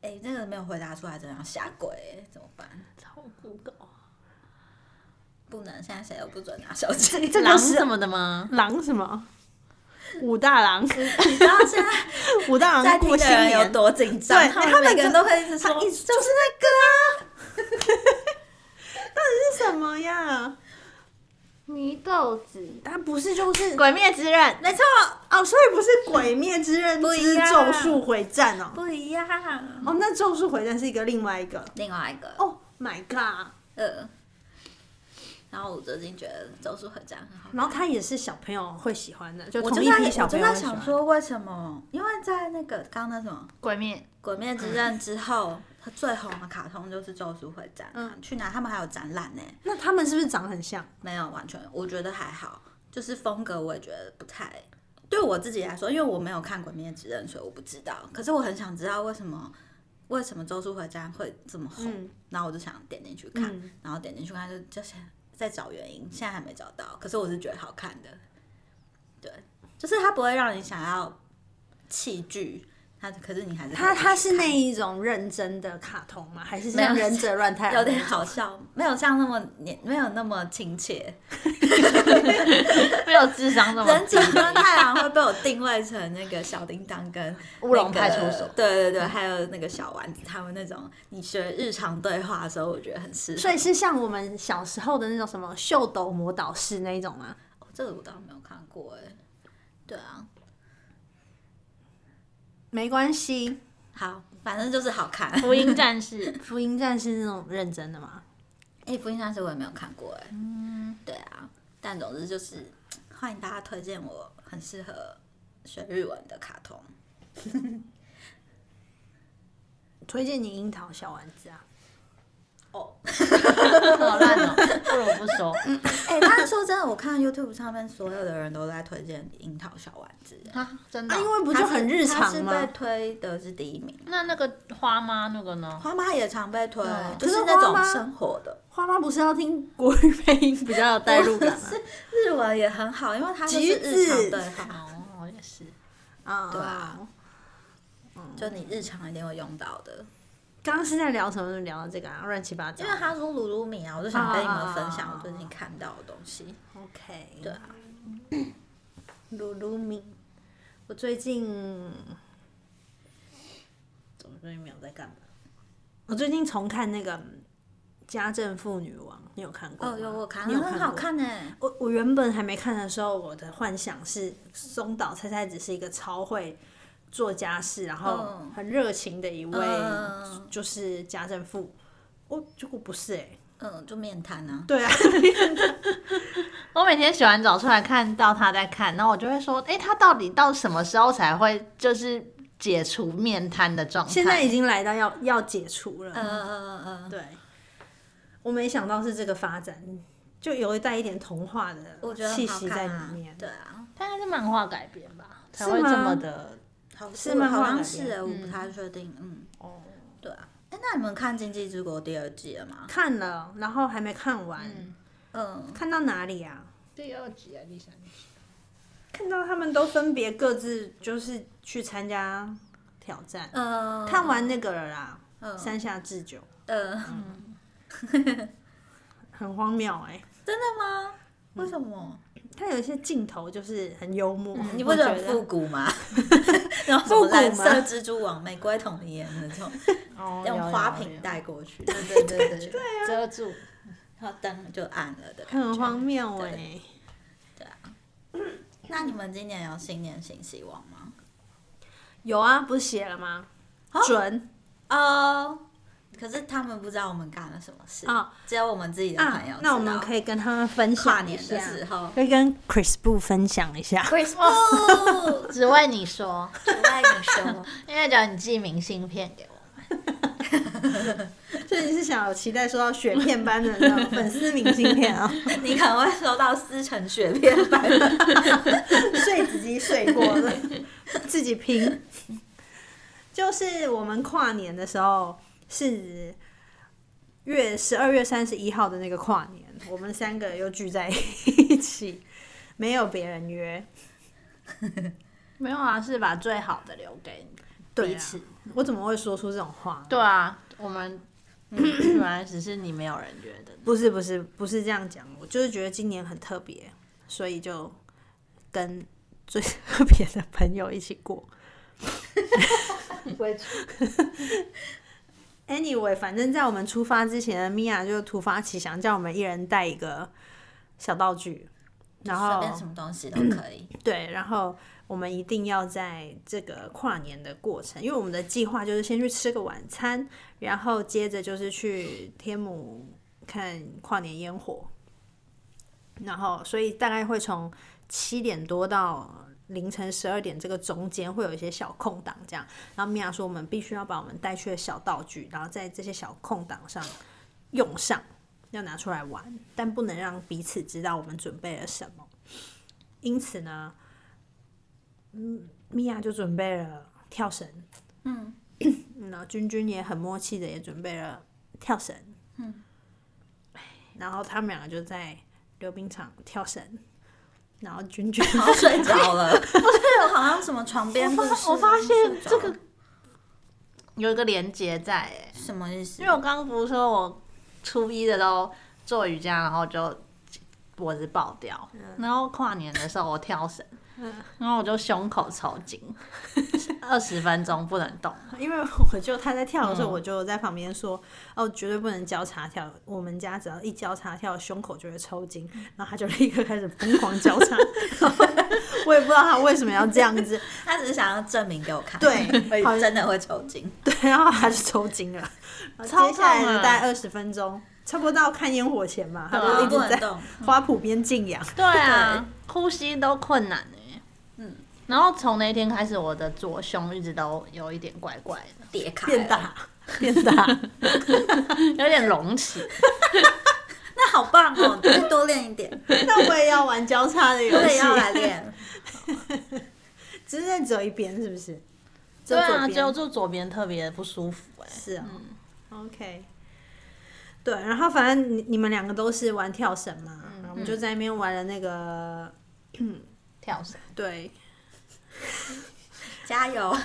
B: 哎、这个没有回答出来，真的要下跪、怎么办？
A: 超酷狗，
B: 不能，现在谁都不准拿手机。
D: 这
A: 狼
D: 个是
A: 什么的吗？
D: 狼什么？武大郎，
B: 你知道
D: (laughs)
B: 现在
D: 武大
B: 在
D: 郎
B: 听
D: 过新
B: 的人有
D: 年，
B: 多紧张？
D: 对
B: 他
D: 他
B: 们
D: 们
B: 每个人
D: 就
B: 都会一直说，
D: 他一直
B: 就是那
D: (laughs) 是什么呀？
A: 祢豆子，
D: 它不是就是
A: 鬼灭之刃，
B: 个啊，没错，
D: 哦，所以不是《鬼灭之刃
B: 不》一
D: 之
B: 样
D: 《咒术回战》哦。
B: 不一样。
D: 哦，那《咒术回战》是一个另外一个。
B: 另外一个，
D: 哦、my god！
B: 呃，然后我最近觉得《咒术回战》很好看
D: 然后它也是小朋友会喜欢的，就
B: 我
D: 同
B: 就
D: 一
B: 在
D: 批小
B: 我
D: 朋
B: 就
D: 友
B: 在
D: 会喜欢
B: 想说，为什么？因为在那个刚刚那什么
A: 鬼灭
B: 《鬼灭之刃》之后，它最红的卡通就是《咒术回战》啊。
D: 嗯
B: 去哪他们还有展览呢、
D: 那他们是不是长很像？
B: 没有，完全我觉得还好，就是风格我也觉得不太。对我自己来说，因为我没有看《鬼灭之刃》，所以我不知道。可是我很想知道为什么为什么《咒术回战》会这么红，
D: 嗯
B: 然后我就想点进去看，
D: 嗯
B: 然后点进去看就就是在找原因，现在还没找到。可是我是觉得好看的，对，就是它不会让你想要弃剧，它可是你还是
D: 他
B: 可以
D: 他
B: 继续
D: 是那
B: 看
D: 一种认真的卡通吗？还是
B: 没有
D: 像忍者乱太郎
B: 有点好笑，没有像那么年没有那么亲切。
A: 没有智商这么
B: 忍
A: 低
B: 者跟太郎会被我定位成那个小叮当跟
A: (laughs) 乌龙
B: 那个
A: 派出所
B: 对对对，还有那个小丸子他们那种，你学日常对话的时候，我觉得很适合。
D: 所以是像我们小时候的那种什么秀斗魔导士那一种吗？
B: 哦这个我倒没有看过哎。对啊，
D: 没关系，
B: 好，反正就是好看。
A: 福音战士，
D: 福音战士那种认真的吗？
B: (laughs) 哎，福音战士我也没有看过哎。嗯，对啊，但总之就是欢迎大家推荐我很适合学日文的卡通。
D: 推荐你樱桃小丸子啊，
B: 哦，
A: 好烂哦，不如不说。
B: (laughs) 哎，但说真的，我看 YouTube 上面所有的人都在推荐《樱桃小丸子》哎。
A: 啊，真的
D: 啊
A: 哦、
D: 因为不就很日常
B: 他是
D: 吗
B: 被？推的是第一名，
A: 那那个花妈那个呢？
B: 花妈也常被推，哦
A: 嗯
B: 就
D: 可
B: 是
D: 是
B: 那
D: 花
B: 种
D: 妈
B: 生活的
D: 花妈不是要听国语配音比较有代入
B: (laughs)
D: 感吗？
B: 日文也很好，因为它就是
D: 橘
B: 日常
D: 子
B: 对话，
A: 哦，我也是。
D: 啊
B: 对啊就你日常一定会用到的。
D: 刚刚是在聊什么？聊到这个啊，乱七八糟
B: 因。为他说鲁鲁米啊，我就想跟你们分享
D: 啊
B: 我最近看到的东西。
D: OK，
B: 对啊，
D: (coughs) 鲁鲁米，我
B: (coughs)
D: 最近怎么最近没有在干嘛？我最近重看那个《家政妇女王》，你有看过吗？
B: 哦，有我看，
D: 你有
B: 很
D: 过
B: 好。看呢。
D: 我我原本还没看的时候，我的幻想是松岛菜菜只是一个超会做家事，然后
B: 嗯
D: 很热情的一位，
B: 嗯
D: 就是家政妇。哦，结果不是哎、
B: 嗯，就面瘫啊。
D: 对啊，
A: 我每天洗完澡出来看到他在看，然后我就会说，哎、他到底到什么时候才会就是解除面瘫的状态？
D: 现在已经来到要要解除了。
B: 嗯嗯嗯嗯，
D: 对，我没想到是这个发展，就有一带一点童话的
B: 我觉得
D: 气
B: 很好
D: 息
B: 看
D: 在里
B: 啊
D: 面。。
B: 对啊，
A: 大概是漫画改编吧，才
D: 是
A: 会
D: 吗
A: 这么的。
B: 好
D: 是漫
B: 好
D: 画改
B: 像是
D: 编
B: 欸，我不太确定。嗯，
D: 哦，
B: 对啊。哎，那你们看《经济之国》第二季了吗？
D: 看了，然后还没看完，
B: 嗯，
D: 看到哪里啊？
A: 第二集啊，第三集。
D: 看到他们都分别各自就是去参加挑战，
B: 呃，
D: 看完那个了啦，
B: 嗯
D: 山下智久
B: 呃，
D: 很荒谬哎、
B: 真的吗？为什么？
D: 他有一些镜头就是很幽默，
B: 嗯
D: (laughs)
B: 你不
D: 我
B: 觉
D: 觉
B: 得很复古吗？然后什么
D: 复古
B: 蓝
D: 吗
B: 色蜘蛛网、玫瑰童颜那种，
A: 哦，有
B: 用花瓶，带过去，对 (laughs) 对对对对，
A: 有有遮住。
B: 然后灯就暗了的感觉
D: 很荒谬哎、
B: 对啊。那你们今年有新年新希望吗？
D: 有啊，不是写了吗？
B: 啊
D: 准
B: 哦，可是他们不知道我们干了什么事
D: 哦
B: 只有我们自己的朋友
D: 啊
B: 知道。，
D: 那我们可以跟他们分享
B: 跨
D: 一
B: 年
D: 下
B: 的时候，
D: 可以跟 Chris 布分享一下。
A: Christmas，
B: 哦，
A: 只为你说，
B: 我爱你说，
A: 因为只要你寄明信片给我，
D: 所以你是想有期待收到雪片般的那种粉丝明信片 (laughs) 啊、
B: (laughs) 你可能会收到撕成雪片版
A: (laughs)
B: 的。
D: 睡自己睡过了，自己拼。就是我们跨年的时候是月十二月三十一号的那个跨年，我们三个又聚在一起，没有别人约。
A: 没有啊，是把最好的留给你
D: 对啊
A: 彼此。
D: 我怎么会说出这种话？
A: 对啊，我们嗯原来只是你没有人觉得。
D: 不是不是不是这样讲，我就是觉得今年很特别，所以就跟最特别的朋友一起过。Anyway，反正在我们出发之前，米娅就突发奇想，叫我们一人带一个小道具，然
B: 随
D: 后
B: 便什么
A: (clears throat)
B: 东西都可以。
D: 对，然后我们一定要在这个跨年的过程，因为我们的计划就是先去吃个晚餐，然后接着就是去天母看跨年烟火，然后所以大概会从七点多到凌晨十二点这个中间会有一些小空档这样。然后米娅说，我们必须要把我们带去的小道具，然后在这些小空档上用上，要拿出来玩，但不能让彼此知道我们准备了什么。因此呢，嗯，米娅就准备了跳绳，嗯，然后君君也很默契的也准备了跳绳，嗯，然后他们两个就在溜冰场跳绳，然后君君
B: 然后睡着
A: (laughs)
B: 了，不是好像什么床边故事
A: 我发现
B: 睡着
A: 这
B: 了
A: 个有一个连接在、欸，
B: 什么意思
A: 因为？我刚刚不是说我初一的都做瑜伽，然后就脖子爆掉，
D: 嗯
A: 然后跨年的时候我跳绳，然后我就胸口抽
D: (laughs)
A: 筋，二十分钟不能动。
D: 因为我就他在跳的时候，我就在旁边说：“哦，绝对不能交叉跳，我们家只要一交叉跳，胸口就会抽筋。”然后他就立刻开始疯狂交叉，然后我也不知道他为什么要这样子，
B: 他只是想要证明给我看，
D: 对
B: 会
D: 好
B: 真的会抽筋。
D: 对，然后他就抽筋了。然后接下来
A: 超痛
D: 的
A: 啊
D: 大概二十分钟，差不多到看烟火前嘛，他
A: 对啊
D: 就一
B: 不
D: 直
B: 能
D: 在
B: 动，
D: 花圃边静养。
A: 对啊，呼吸都困难哎、嗯，然后从那天开始，我的左胸一直都有一点怪怪的，
D: (laughs)
B: 叠卡
D: 变大，变大，
A: (laughs) 有点隆起。
B: 那好棒哦！再多练一点，
D: 那我也要玩交叉的游
B: 我也
D: 戏，
B: 要来练。
D: 只是那只有一边，是不是？只
A: 对
D: 有左
A: 啊，
D: 边
A: 只有做左边特别不舒服哎、
D: 是啊、o k 对，然后反正你你们两个都是玩跳绳嘛，
B: 嗯
D: 然后我们就在那边玩了那个，
B: (laughs)
A: 跳绳。
D: 对，
A: (laughs)
B: 加油！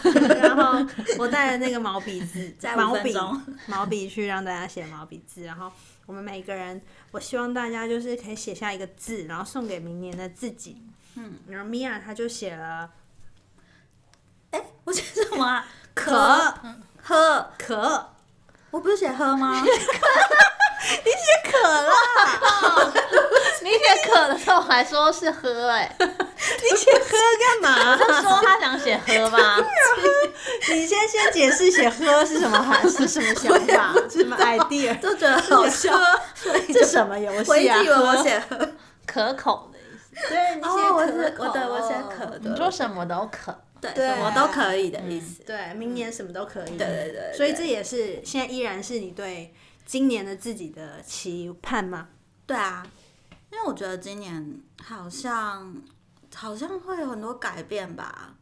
D: 然后我带了那个毛笔字
B: (laughs) 再，五
D: 毛
B: 分
D: 笔
B: 钟
D: 毛笔去让大家写毛笔字，然后我们每个人，我希望大家就是可以写下一个字，然后送给明年的自己。嗯，然后米娅她就写了
B: 哎，我写什么啊？
D: 可
B: 可嗯喝，
D: 可，
B: 我不是写
A: (laughs)
B: 喝吗？
A: 你写可的时候还说是喝
D: (laughs)
A: 哎、
D: 你写喝干嘛？ (laughs)
A: 他说他想写喝吧，
D: 你先先解释写喝是什么含 (laughs) 是什么想法，什么 idea，
B: 就觉得好笑，
D: (laughs) 这什么游
B: 我一
D: 戏啊？
B: 直以为我
D: 喝
B: 写喝，
A: 可口的意思。
D: 对，你写
B: 哦，我
D: 可
B: 写我对我写
D: 口
B: 可
A: 哦你说
B: 的，
A: 什么都可，
B: 对，
D: 对
B: 什么都可以的意思。
D: 对，明年什么都可以。对
B: 对对对
D: 所以这也是现在依然是你对今年的自己的期盼嘛？
B: 对啊，因为我觉得今年好像好像会有很多改变吧，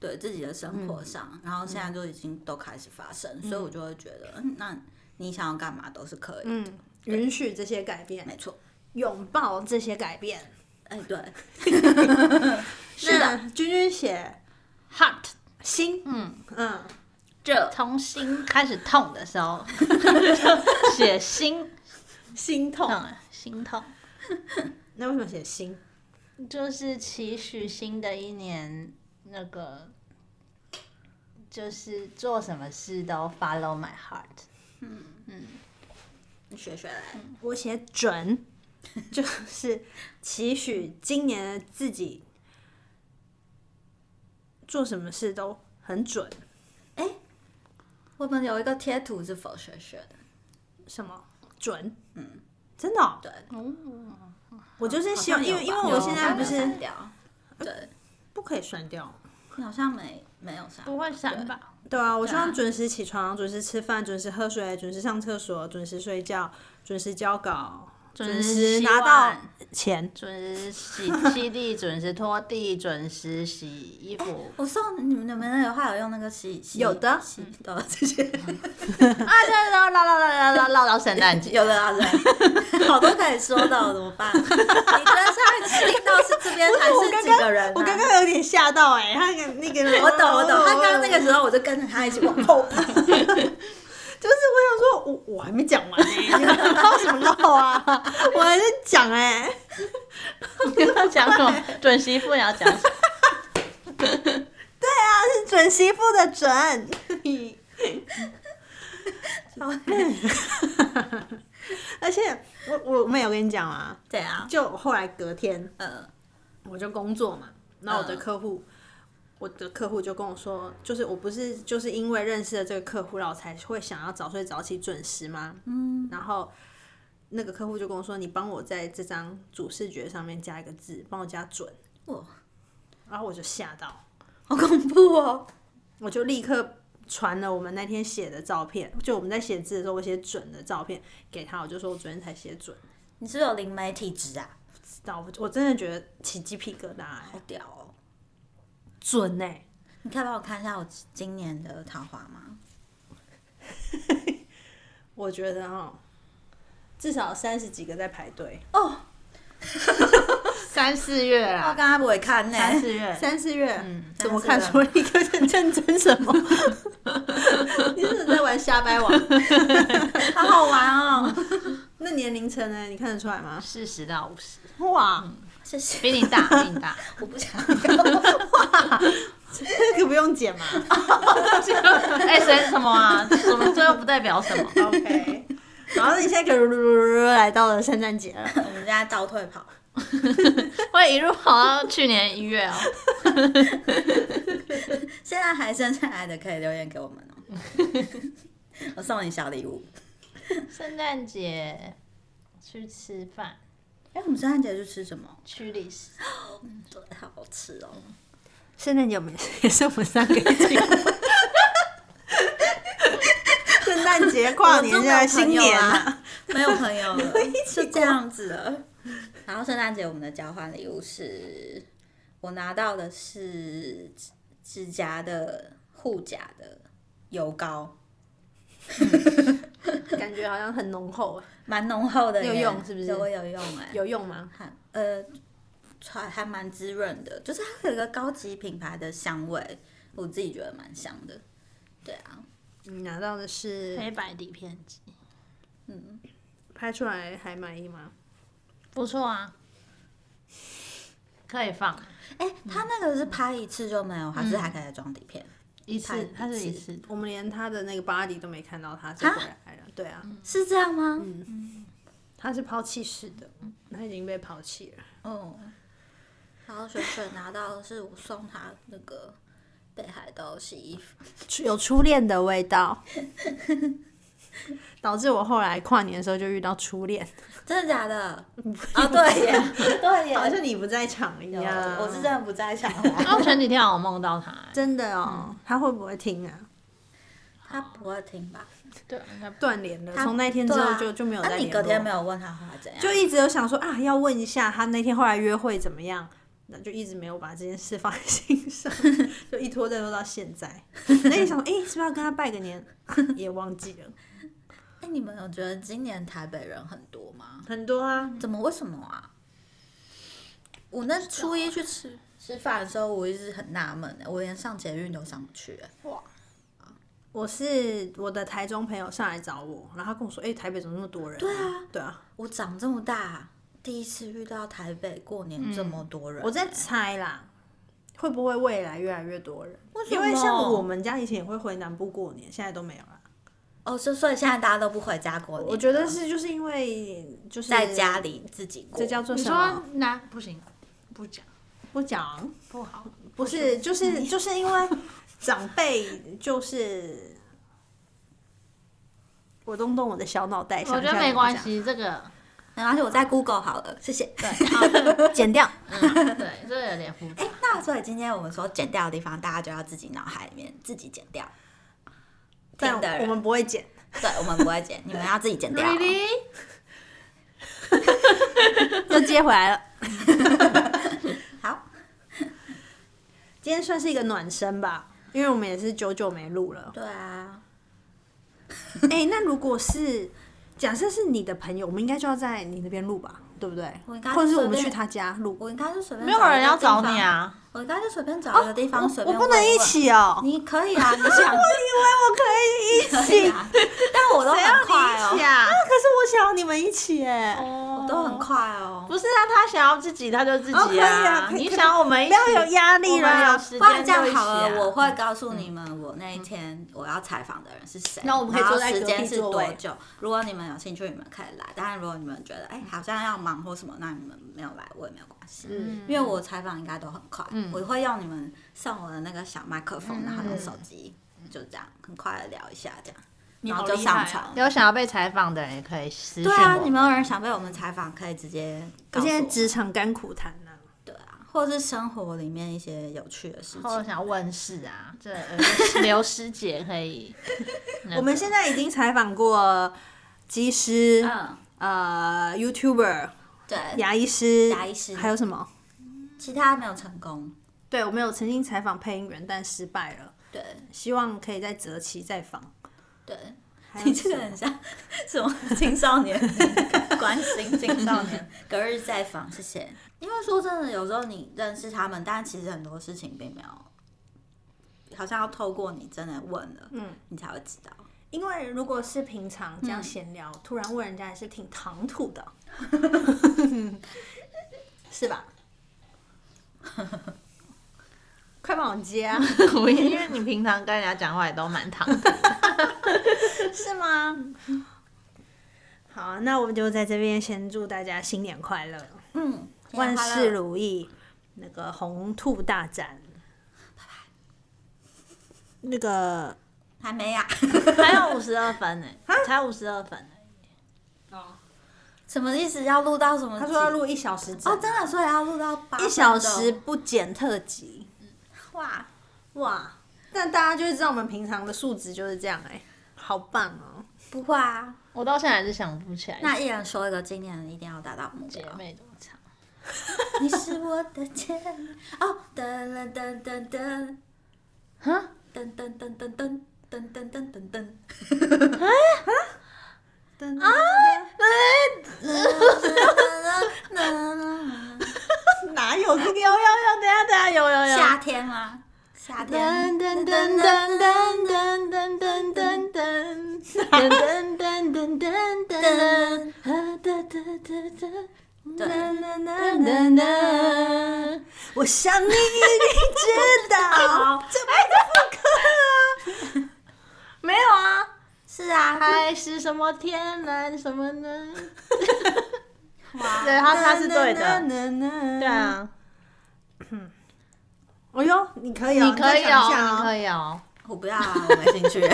B: 对自己的生活上，
D: 嗯
B: 然后现在就已经都开始发生，所以我就会觉得，嗯，那你想要干嘛都是可以，
D: 嗯，允许这些改变，
B: 没错。
D: 拥抱这些改变。
B: 哎，对，
D: 是的，君君写
A: heart
D: 心，嗯嗯，
B: 这
A: 从心开始痛的时候，写心
D: 心痛。
A: 痛，心痛，
D: 那为什么写心？
A: 就是期许新的一年那个，就是做什么事都 follow my heart。
B: 你学学来，
D: 我写 (laughs) 准，就是期许今年的自己做什么事都很准。
B: 我们有一个贴图是否学学的，
D: 什么准？嗯，真的哦、
B: 对，
D: 我就是希望，因为因为
A: 吧
D: 我现在
A: 有
D: 不
B: 删
D: 是
B: 掉，对，
D: 不可以删掉。
B: 你好像没没有删，
D: 哦
A: 不会删吧？
D: 对啊，我希望准时起床，准时吃饭，准时喝水，准时上厕所，准时睡觉，准时交稿，准时
A: 洗
D: 拿
A: 碗
D: 到钱。
A: 准时洗吸地，准时拖地，准时洗衣服。
B: 我送你们你们那个话有用那个洗洗
D: 有的
B: 洗的这些，
A: 啊，对，唠唠唠唠唠唠到圣诞节。
B: 有的啊， (laughs) 对，好多可以说的，怎么办？你觉得上一次听到是这边还是几个人、啊
D: 我刚刚有点吓到哎、他那个那
B: (laughs)
D: 个，哦
B: 我懂，我懂。他刚哦刚那个时候，我就跟着他一起往 (laughs) 后跑。
D: (laughs) 就是我想说，我我还没讲完呢、 (laughs) 你们唠什么唠啊？我还在讲哎、
A: 你要讲什么？准媳妇你要讲什么？
D: 是准媳妇的准。而且我我没有跟你讲啊，
B: 对啊，
D: 就后来隔天
B: 呃，
D: 我就工作嘛，然后我的
B: 嗯
D: 客户，我的客户就跟我说，就是我不是就是因为认识了这个客户，然后我才会想要早睡早起准时吗？嗯，然后那个客户就跟我说，你帮我在这张主视觉上面加一个字，帮我加准，
B: 哇，
D: 然后我就吓到，
B: 好恐怖哦！
D: 我就立刻传了我们那天写的照片，就我们在写字的时候，我写准的照片给他，我就说我昨天才写准，
B: 你是有灵媒体质啊？
D: 知道我我真的觉得起鸡皮疙瘩、欸
B: 好屌哦！
D: 准哎、
B: 你可以帮我看一下我今年的桃花吗？
D: 我觉得哈，至少三十几个在排队，
B: 哦，
A: 三四月
B: 我刚
A: 啦，
B: 刚不会看呢、
A: 三四月。
D: 三四月，
A: 嗯
D: 怎么看出一个认认真什 (laughs) 么？你是在玩瞎掰王？
B: 好好玩哦！
D: 那年龄层呢？你看得出来吗？
A: 四十到五十，
D: 哇，
B: 谢谢，
A: 比你大，比你大。
B: (laughs) 我不想。
D: 这个不用剪嘛。
A: 哎，谁什么啊？我们这又不代表什么。
D: OK，然后你现在可噜来到了圣诞节了。
B: 我们家倒退跑，
A: 会一路跑到去年一月哦。
B: 现在还剩下来的可以留言给我们哦。 (laughs) 我送你小礼物。
A: 圣诞节去吃饭，
B: 哎、我们圣诞节去吃什么？
A: 去历史。
B: 真的好好吃哦！
D: 嗯圣诞节我们也是我们三个一起过。圣诞节、跨年、
B: 我真
D: 现
B: 的
D: 在
B: 有
D: 新
B: 朋友
D: 年
B: 啊， (laughs) 没有朋友
D: (laughs)
B: 了，
D: 起
B: 是这样子的。然后圣诞节我们的交换礼物是，我拿到的是指指甲的护甲的油膏，
D: 感觉好像很浓厚，
B: 蛮浓厚的耶，
D: 有用是不是
B: 对我有用哎、
D: 有用吗？
B: 还呃，还还蛮滋润的，就是它有一个高级品牌的香味，我自己觉得蛮香的。对啊，
D: 你拿到的是
A: 黑白底片机，
D: 拍出来还满意吗？
A: 不错啊，可以放
B: 哎、它那
D: 嗯
B: 个是拍一次就没有，还是还可以再装底片？
A: 一
B: 拍
A: 次，它是一
B: 一
A: 次，
D: 我们连他的那个 body 都没看到，他是回来了。对啊，
B: 是这样吗？
D: 嗯他是抛弃式的，他已经被抛弃了。
B: 哦，然后水水拿到的是我送他那个北海道洗衣服，
D: 有初恋的味道， (laughs) 导致我后来跨年的时候就遇到初恋，
B: 真的假的？啊，对耶，对耶，
D: (laughs) 好像你不在场一
B: 有
D: 样。
B: 我是真的不在场。
D: (laughs)
A: 然后前几天我梦到他、欸，
D: 真的哦，他会不会听啊？
B: 他不会听吧？
A: 对，他
D: 断联了，
B: 他
D: (laughs) 从那天之后
B: 对
D: 就、
B: 啊
D: 就没有
B: 那
D: 再
B: 你
D: 联
B: 隔
D: 络。
B: 天没有问他后来怎样？
D: 就一直有想说啊，要问一下他那天后来约会怎么样，那就一直没有把这件事放在心 (laughs) 上，就一拖再拖到现 (laughs) 在。那你想说，哎、是不是要跟他拜个年？啊也忘记了
B: 哎、你们有觉得今年台北人很多吗？
D: 很多啊，
B: 怎么？为什么啊？我那初一去吃吃饭的时候，我一直很纳闷欸，我连上捷运都上不去欸。
D: 我是我的台中朋友上来找我，然后他跟我说：“哎、台北怎么那么多人、啊？”对啊，对啊，
B: 我长这么大第一次遇到台北过年这么多人欸、
D: 嗯我在猜啦，会不会未来越来越多人？
B: 什
D: 因
B: 么
D: 为像我们家以前也会回南部过年，现在都没有了。
B: 哦，所以所以现在大家都不回家过年了，
D: 我觉得是就是因为就是
B: 在家里自己过，
D: 这叫做
A: 你
D: 什
A: 说
D: 么？
A: 那不行，不讲
D: 啊不讲。
A: 不好，
D: 不是，就是就是因为长辈就是。我动动我的小脑袋，
A: 我
D: 想一
A: 觉得
D: 下
A: 没
D: 怎么
A: 关
D: 讲，
A: 系，这 (laughs) 个
B: 没关系，我在 Google 好了，谢谢。
A: 对，
B: (laughs)
A: 好
D: 剪掉。
A: 对，这个有点复杂
B: 哎、。那所以今天我们所剪掉的地方，大家就要自己脑海里面自己剪掉。
D: 但
B: 听的
D: 我
B: 人，
D: 们不会剪，
B: 对我们不会剪，你们要自己剪掉。
A: Really？
D: 又接回来了。
B: 好，
D: 今天算是一个暖身吧，因为我们也是久久没录
B: (laughs)
D: 了。
B: 对啊，
D: 哎、那如果是假设是你的朋友，我们应该就要在你那边录吧，对不对
B: 我应该？
D: 或者是我们
B: 随便
D: 去他家录？
B: 我应该是随便
A: 没有人要找你
B: 啊，
A: 啊，
B: 我应该是随便找一个地方，随
D: 哦我
B: 便、
D: 不能一，起哦、
B: (laughs) 你可以啊，你想，
D: 以为我
B: (laughs)
D: 可以一起，
B: 啊但我都
D: 谁要
B: 很快
D: 你一起
B: 哦，
D: 啊？可是我想要你们一起哎、
A: 我
B: 我都很。快哦。
A: 不是啊，他想要自己，他就自
D: 哦可
A: 己
D: 以啊可以
A: 你
D: 可以
A: 想要我们一
D: 不
A: 起，
D: 要有压力
A: 我们有
D: 啦。
A: 时
B: 不
A: 间
B: 然这
A: 就
B: 样
A: 一起
B: 好
A: 啊
B: 了，我会告诉你们我那一天我要采访的人是谁，
D: 那我们可以
B: 然后
D: 坐在隔
B: 时
D: 壁
B: 间是
D: 座
B: 多
D: 位
B: 久。如果你们有兴趣，你们可以来；当然，如果你们觉得哎、好像要忙或什么，那你们没有来我也没有关系，
D: 嗯
B: 因为我采访应该都很快，我会用你们送我的那个小麦克风，然后用手机就这样很快的聊一下这样，然后就上传。
A: 啊
D: 嗯哦
A: 有想要被采访的人也可以私信
B: 对啊，
A: 我
B: 你们有人想被我们采访，可以直接告
D: 我
B: 诉
D: 现
B: 我
D: 在
B: 们。
D: 职场甘苦谈呢、
B: 对啊，或者是生活里面一些有趣的事
A: 或者
B: 情。
A: 想问事啊，这呃刘师姐可以。 (laughs)
D: 我们现在已经采访过技师、
B: 嗯，
D: 呃 YouTuber、
B: 对，
D: 牙医师、
B: 牙医师
D: 还有什么？
B: 其他没有成功。
D: 对，我们有曾经采访配音员，但失败了。
B: 对
D: 希望可以在择期再访。
B: 对，
D: 还有
B: 你这个
D: 什么
B: 很像什么青少年关心青少年，隔日再访，谢谢。因为说真的，有时候你认识他们，但其实很多事情并没有，好像要透过你真的问了，嗯，你才会知道。
D: 因为如果是平常这样闲聊，突然问人家也是挺唐突 (laughs) 的，是吧？ (laughs) 快帮我接啊！
A: 我因为你平常跟人家讲话也都蛮唐突的，
D: 是吗？好，那我们就在这边先祝大家新年快乐，
B: 嗯，
D: 万事如意，那个红兔大
A: (laughs)
D: 展，那个
B: 还没啊呀、
A: 还有五十二分 (laughs) 呢、才五十二分、
B: (laughs) 什么意思？要录到什么集？
D: 他说要录一小时整
B: 哦，真的，所以要录到八
D: 一小
B: 分钟
D: 时不剪特辑，
B: 哇！
D: 哇！但大家就会知道我们平常的数值就是这样哎、好棒哦！
B: 不会啊，
A: 我到现在还是想不起来。
B: 那一人说一个，今年一定要达到目
A: 姐
B: 标。
A: 妹多长？
B: (laughs) 你是我的天哦，噔噔噔噔噔，
A: 哈，
B: 噔噔噔噔噔噔噔噔噔噔。
A: (laughs)
D: 啊，哪有这个？
B: 啊
A: 啊有有
B: (laughs)
A: 有，等一下等一下有有有。
B: 夏天吗？夏天
A: 噔噔噔噔噔噔噔噔噔噔噔噔 (laughs) 噔噔噔噔噔噔噔噔。
B: 对
A: 噔噔噔，
D: 我想你一定知道，
A: 没有啊，
B: 是啊，
A: 还是什么天然什么呢？
B: 哇，
A: 对，他他是对的，
D: 对啊。哦哟，你可以、哦，
A: 你可
D: 再
A: 以
D: 想一下
A: 哦，你可以哦。
B: 我不要啊，我没兴趣。 (laughs)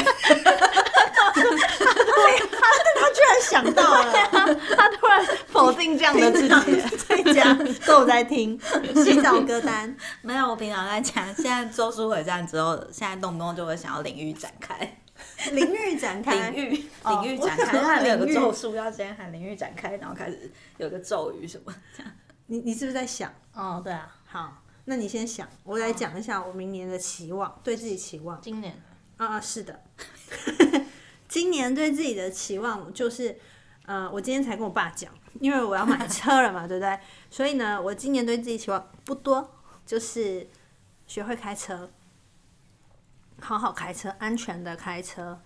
D: 他居然想到了，
A: 他突然否定这样的自己，
D: 在家都有在听洗澡歌单，
B: 没有，我平常在讲，现在咒术回战之后，现在动不动就会想要领域展开，
D: 淋浴展开，
B: 领域
D: 哦
B: 领域展开，
D: 我想说
B: 它里面有个
D: 领域
B: 咒术要先喊领域展开，然后开始有个咒语什么这样。
D: 你你是不是在想？
A: 哦，对啊，
D: 好，那你先想，我来讲一下我明年的期望，对自己期望。
A: 今年
D: 啊啊，是的， (laughs) 今年对自己的期望就是，呃，我今天才跟我爸讲，因为我要买车了嘛，对不 (laughs) 对？所以呢，我今年对自己期望不多，就是学会开车，好好开车，安全的开车。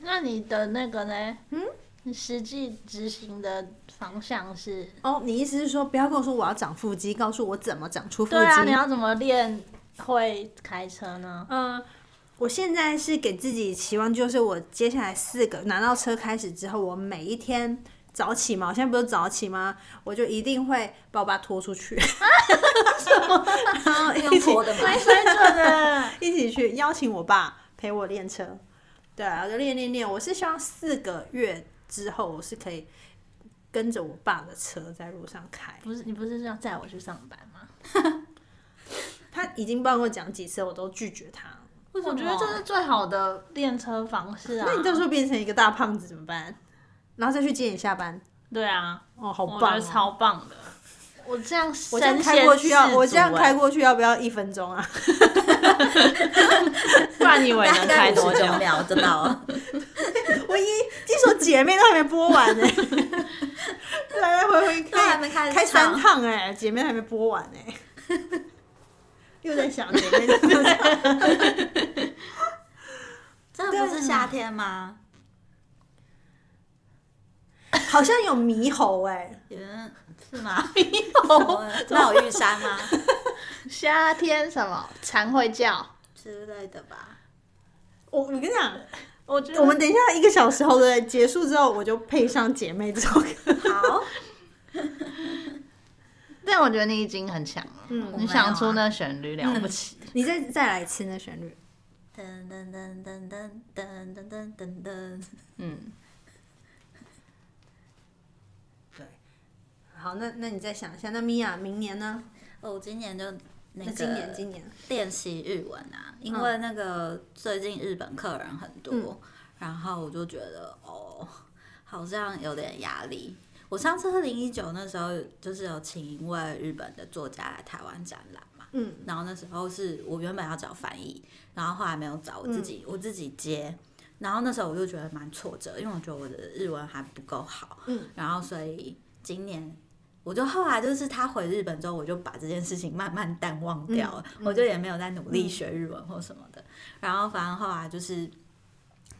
A: 那你的那个呢？
D: 嗯，
A: 你实际执行的方向是？
D: 哦，你意思是说不要跟我说我要长腹肌，告诉我怎么长出腹肌？
A: 对啊，你要怎么练会开车 (laughs) 呢？
D: 嗯，我现在是给自己期望，就是我接下来四个拿到车开始之后，我每一天早起嘛，我现在不是早起吗？我就一定会把我爸拖出去， (laughs) 然
B: (laughs)
D: 后一
B: 哦用
D: 起
B: 拖的吗？
A: 没水准的，
D: 一起去邀请我爸陪我练车。对啊，我就练练练。我是希望四个月之后，我是可以跟着我爸的车在路上开。
A: 不是你不是要载我去上班吗？
D: 他已经不知道跟我讲几次，我都拒绝他。
B: 为什么
A: 我觉得这是最好的练车方式啊。
D: 那你到时候变成一个大胖子怎么办？然后再去接你下班。
A: 对啊，
D: 哦，好
A: 我
D: 棒、
A: 觉
D: 哦！
A: 得超棒的。我这样
D: 我这样
A: 神
D: 开过去要，
A: 仙
D: 我这样
A: 自主
D: 开
A: 欸，
D: 过去要不要一分钟啊？ (laughs)
A: 不然你以为
B: 大
A: 能开
B: 概
A: (laughs) 多
B: 五 (laughs) 十
A: 久？
B: 九秒，真的哦。
D: 我一一首姐妹都还没播完呢、 (laughs) 来来回回
B: 都还没开
D: 开
B: 始
D: 开三
B: 唱
D: 趟哎、姐妹都还没播完哎、 (laughs) 又在想姐妹在不 (laughs) 在
B: 真的不是夏天吗？
D: 好像有猕猴哎、
B: 有人是吗？ (laughs) 那有玉山吗？
A: 夏天什么蝉会叫？
B: 之类的 (laughs) 吧。
D: 我我跟你讲，
A: 我觉得
D: 我们等一下一个小时后的结束之后，我就配上姐妹这首歌。
B: 好，
A: 但我觉得你已经很强了，
D: 嗯
A: 你想
B: 啊
A: 出那旋律了不起。
D: (laughs) 你再再来一次那旋律，
B: 噔噔噔噔噔噔噔噔噔噔。
A: 嗯，
D: 好，那那你再想一下，那米娅明年呢？
B: 哦，我今年就那
D: 那
B: 个
D: 今年今年，
B: 练习日文啊，因为那个最近日本客人很多，
D: 嗯
B: 然后我就觉得哦，好像有点压力。我上次二零一九那时候就是有请一位日本的作家来台湾展览嘛，
D: 嗯，
B: 然后那时候是我原本要找翻译，然后后来没有找，我自己、我自己接。然后那时候我就觉得蛮挫折，因为我觉得我的日文还不够好，
D: 嗯，
B: 然后所以今年我就后来就是他回日本之后，我就把这件事情慢慢淡忘掉了，我就也没有再努力学日文或什么的。然后反正后来就是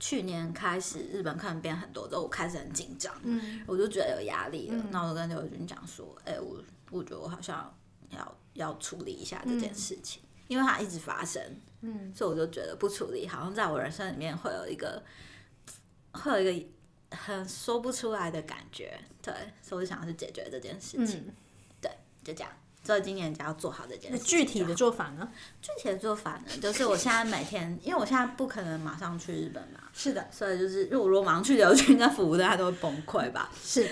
B: 去年开始，日本客人变很多之后，我开始很紧张，
D: 嗯
B: 我就觉得有压力了。那我就跟刘宇君讲说，哎、我我觉得我好像要要处理一下这件事情，因为它一直发生，
D: 嗯，
B: 所以我就觉得不处理，好像在我人生里面会有一个会有一个很说不出来的感觉。对，所以我就想要去解决这件事情，
D: 嗯，
B: 就这样。所以今年只要做好这件
D: 那
B: 事情。
D: 具体的做法呢？
B: 具体的做法呢，就是我现在每天，因为我现在不可能马上去日本嘛，
D: 是的，
B: 所以就是因为我如果马上去留去那服务大家都会崩溃吧。
D: 是的，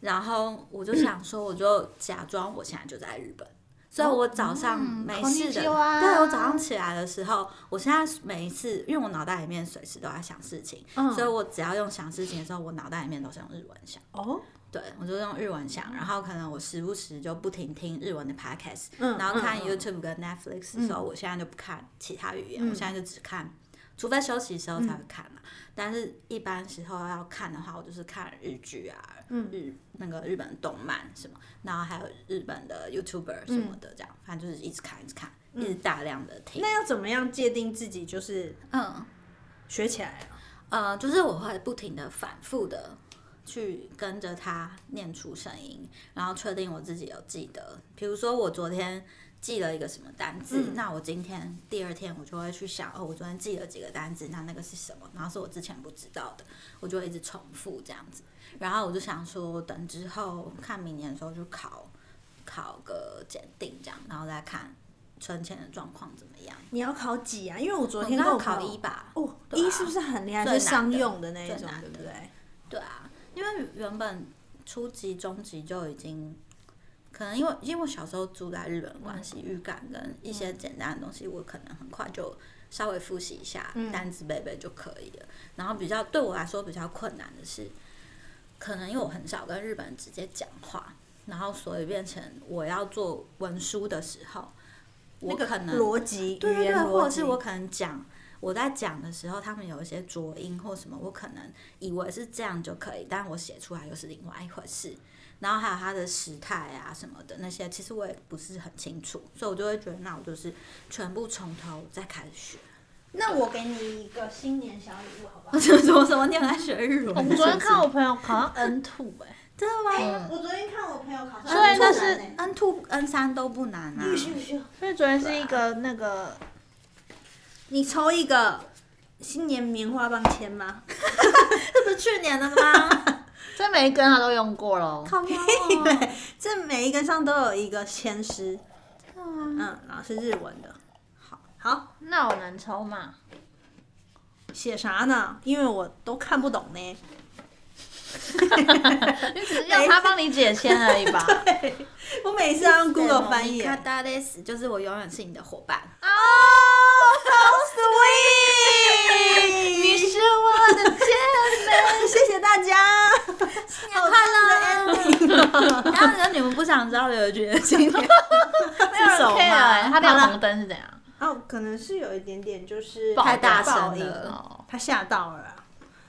B: 然后我就想说，我就假装我现在就在日本，所以我早上没事的，
A: konnichiwa
B: 对我早上起来的时候，我现在每一次，因为我脑袋里面随时都在想事情，
D: 嗯
B: 所以我只要用想事情的时候，我脑袋里面都是用日文想，
D: 哦，
B: 对我就用日文想，然后可能我时不时就不停听日文的 podcast，、
D: 嗯
B: 然后看
D: 嗯嗯嗯
B: YouTube 跟 Netflix 的时候，我现在就不看其他语言，我现在就只看除非休息时候才会看嘛。但是一般时候要看的话，我就是看日剧啊，
D: 嗯
B: 日那个日本动漫什么，然后还有日本的 YouTuber 什
D: 嗯
B: 么的，这样、反正就是一直看一直看，一直大量的听。
D: 那要怎么样界定自己就是呃
B: 嗯，
D: 学起来啊？
B: 呃，就是我会不停的反复的去跟着他念出声音，然后确定我自己有记得。比如说我昨天记了一个什么单字，
D: 嗯
B: 那我今天第二天我就会去想，哦，我昨天记了几个单字，那那个是什么？然后是我之前不知道的，我就会一直重复这样子。然后我就想说，等之后看明年的时候就考考个检定这样，然后再看存钱的状况怎么样。
D: 你要考几啊？因为我昨
B: 我
D: 天
B: 刚
D: 跟
B: 好考
D: 我朋友
B: 一吧，
D: 哦，
B: 对
D: 一
B: 啊
D: 是不是很厉害？
B: 最
D: 是
B: 难
D: 商
B: 的
D: 用的那一
B: 最
D: 种
B: 难，
D: 对不
B: 的
D: 对？
B: 对啊，因为原本初级、中级就已经，可能因为因为我小时候住在日本的关系，
D: 嗯
B: 预、感跟一些简单的东西，我可能很快就稍微复习一下、
D: 嗯
B: 单词背背就可以了。然后比较对我来说比较困难的是，可能因为我很少跟日本人直接讲话，然后所以变成我要做文书的时候，我
D: 那个
B: 可能
D: 逻辑，
B: 对
D: 语
B: 对
D: 言
B: 对，或
D: 逻
B: 者
D: 辑
B: 是，我可能讲我在讲的时候，他们有一些浊音或什么，我可能以为是这样就可以，但我写出来又是另外一回事。然后还有它的时态啊什么的那些，其实我也不是很清楚，所以我就会觉得，那我就是全部从头再开始学。 (laughs)
D: 那我给你一个新年小礼物，好 (laughs) 不好？
B: 什么什么？你很爱学日文？
A: 我昨天看我朋友考上 N two 哎、
B: 真的吗
D: 我昨天看我朋友考上，
A: 虽然那是
D: 欸
B: ？N two N 三都不难啊。
A: 所以昨天是一个那个，
D: 你抽一个新年棉花棒签吗？
B: (laughs) 这不是去年的吗？
A: (laughs) 这每一根他都用过喽。
D: (laughs)
B: 好呀、哦，
D: 这每一根上都有一个签诗，嗯，然后是日文的。好，好，
A: 那我能抽吗？
D: 写啥呢？因为我都看不懂 (laughs) 呢。
A: 你只是要他帮你解签而 (laughs) 已吧？
D: 我每次要用 Google 翻译。
A: 啊
B: 卡达雷斯就是我永远是你的伙伴。
A: 哦、s o sweet！你是我的啊姐 (laughs) 妹。
D: 谢谢大 (laughs) 家，
B: 新年快乐！然后你们不想知道有一句新年是手
A: care 欸他
B: 吗？
A: 亮红灯是怎样？
D: 哦，可能是有一点点就是
A: 爆
B: 太大
D: 爆
B: 声
D: 音
B: 了
A: 哦
D: 他吓到了啊。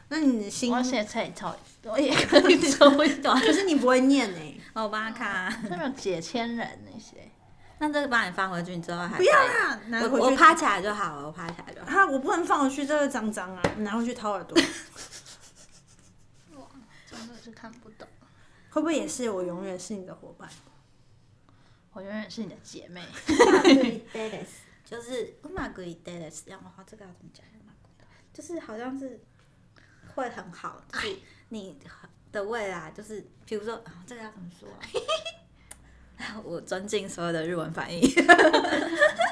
D: 那你的心
A: 我写可以 (laughs) 抽，我也可以抽一段。
D: 可是你不会念呢、
B: 我帮他看，
A: 那种解签人那些，
B: 那这个帮你放回去，你之后还
D: (laughs) 不要啦， (laughs) 拿
B: 我
D: 回去
B: 我趴起来就好了，我趴起来就好。
D: 啊！我不能放回去，这个脏脏啊，拿回去掏耳朵， (laughs)
A: 真的是看不懂。
D: 会不会也是我永远是你的伙 (laughs) 伴？
A: 我永远是你的姐妹。
D: (laughs)
B: 就是うまくいってです，然后这个要怎么讲？うまくいって就是好像是会很好，就是你的未来，就是比如说啊，这个要怎么说啊？ (laughs) 我尊敬所有的日文翻译，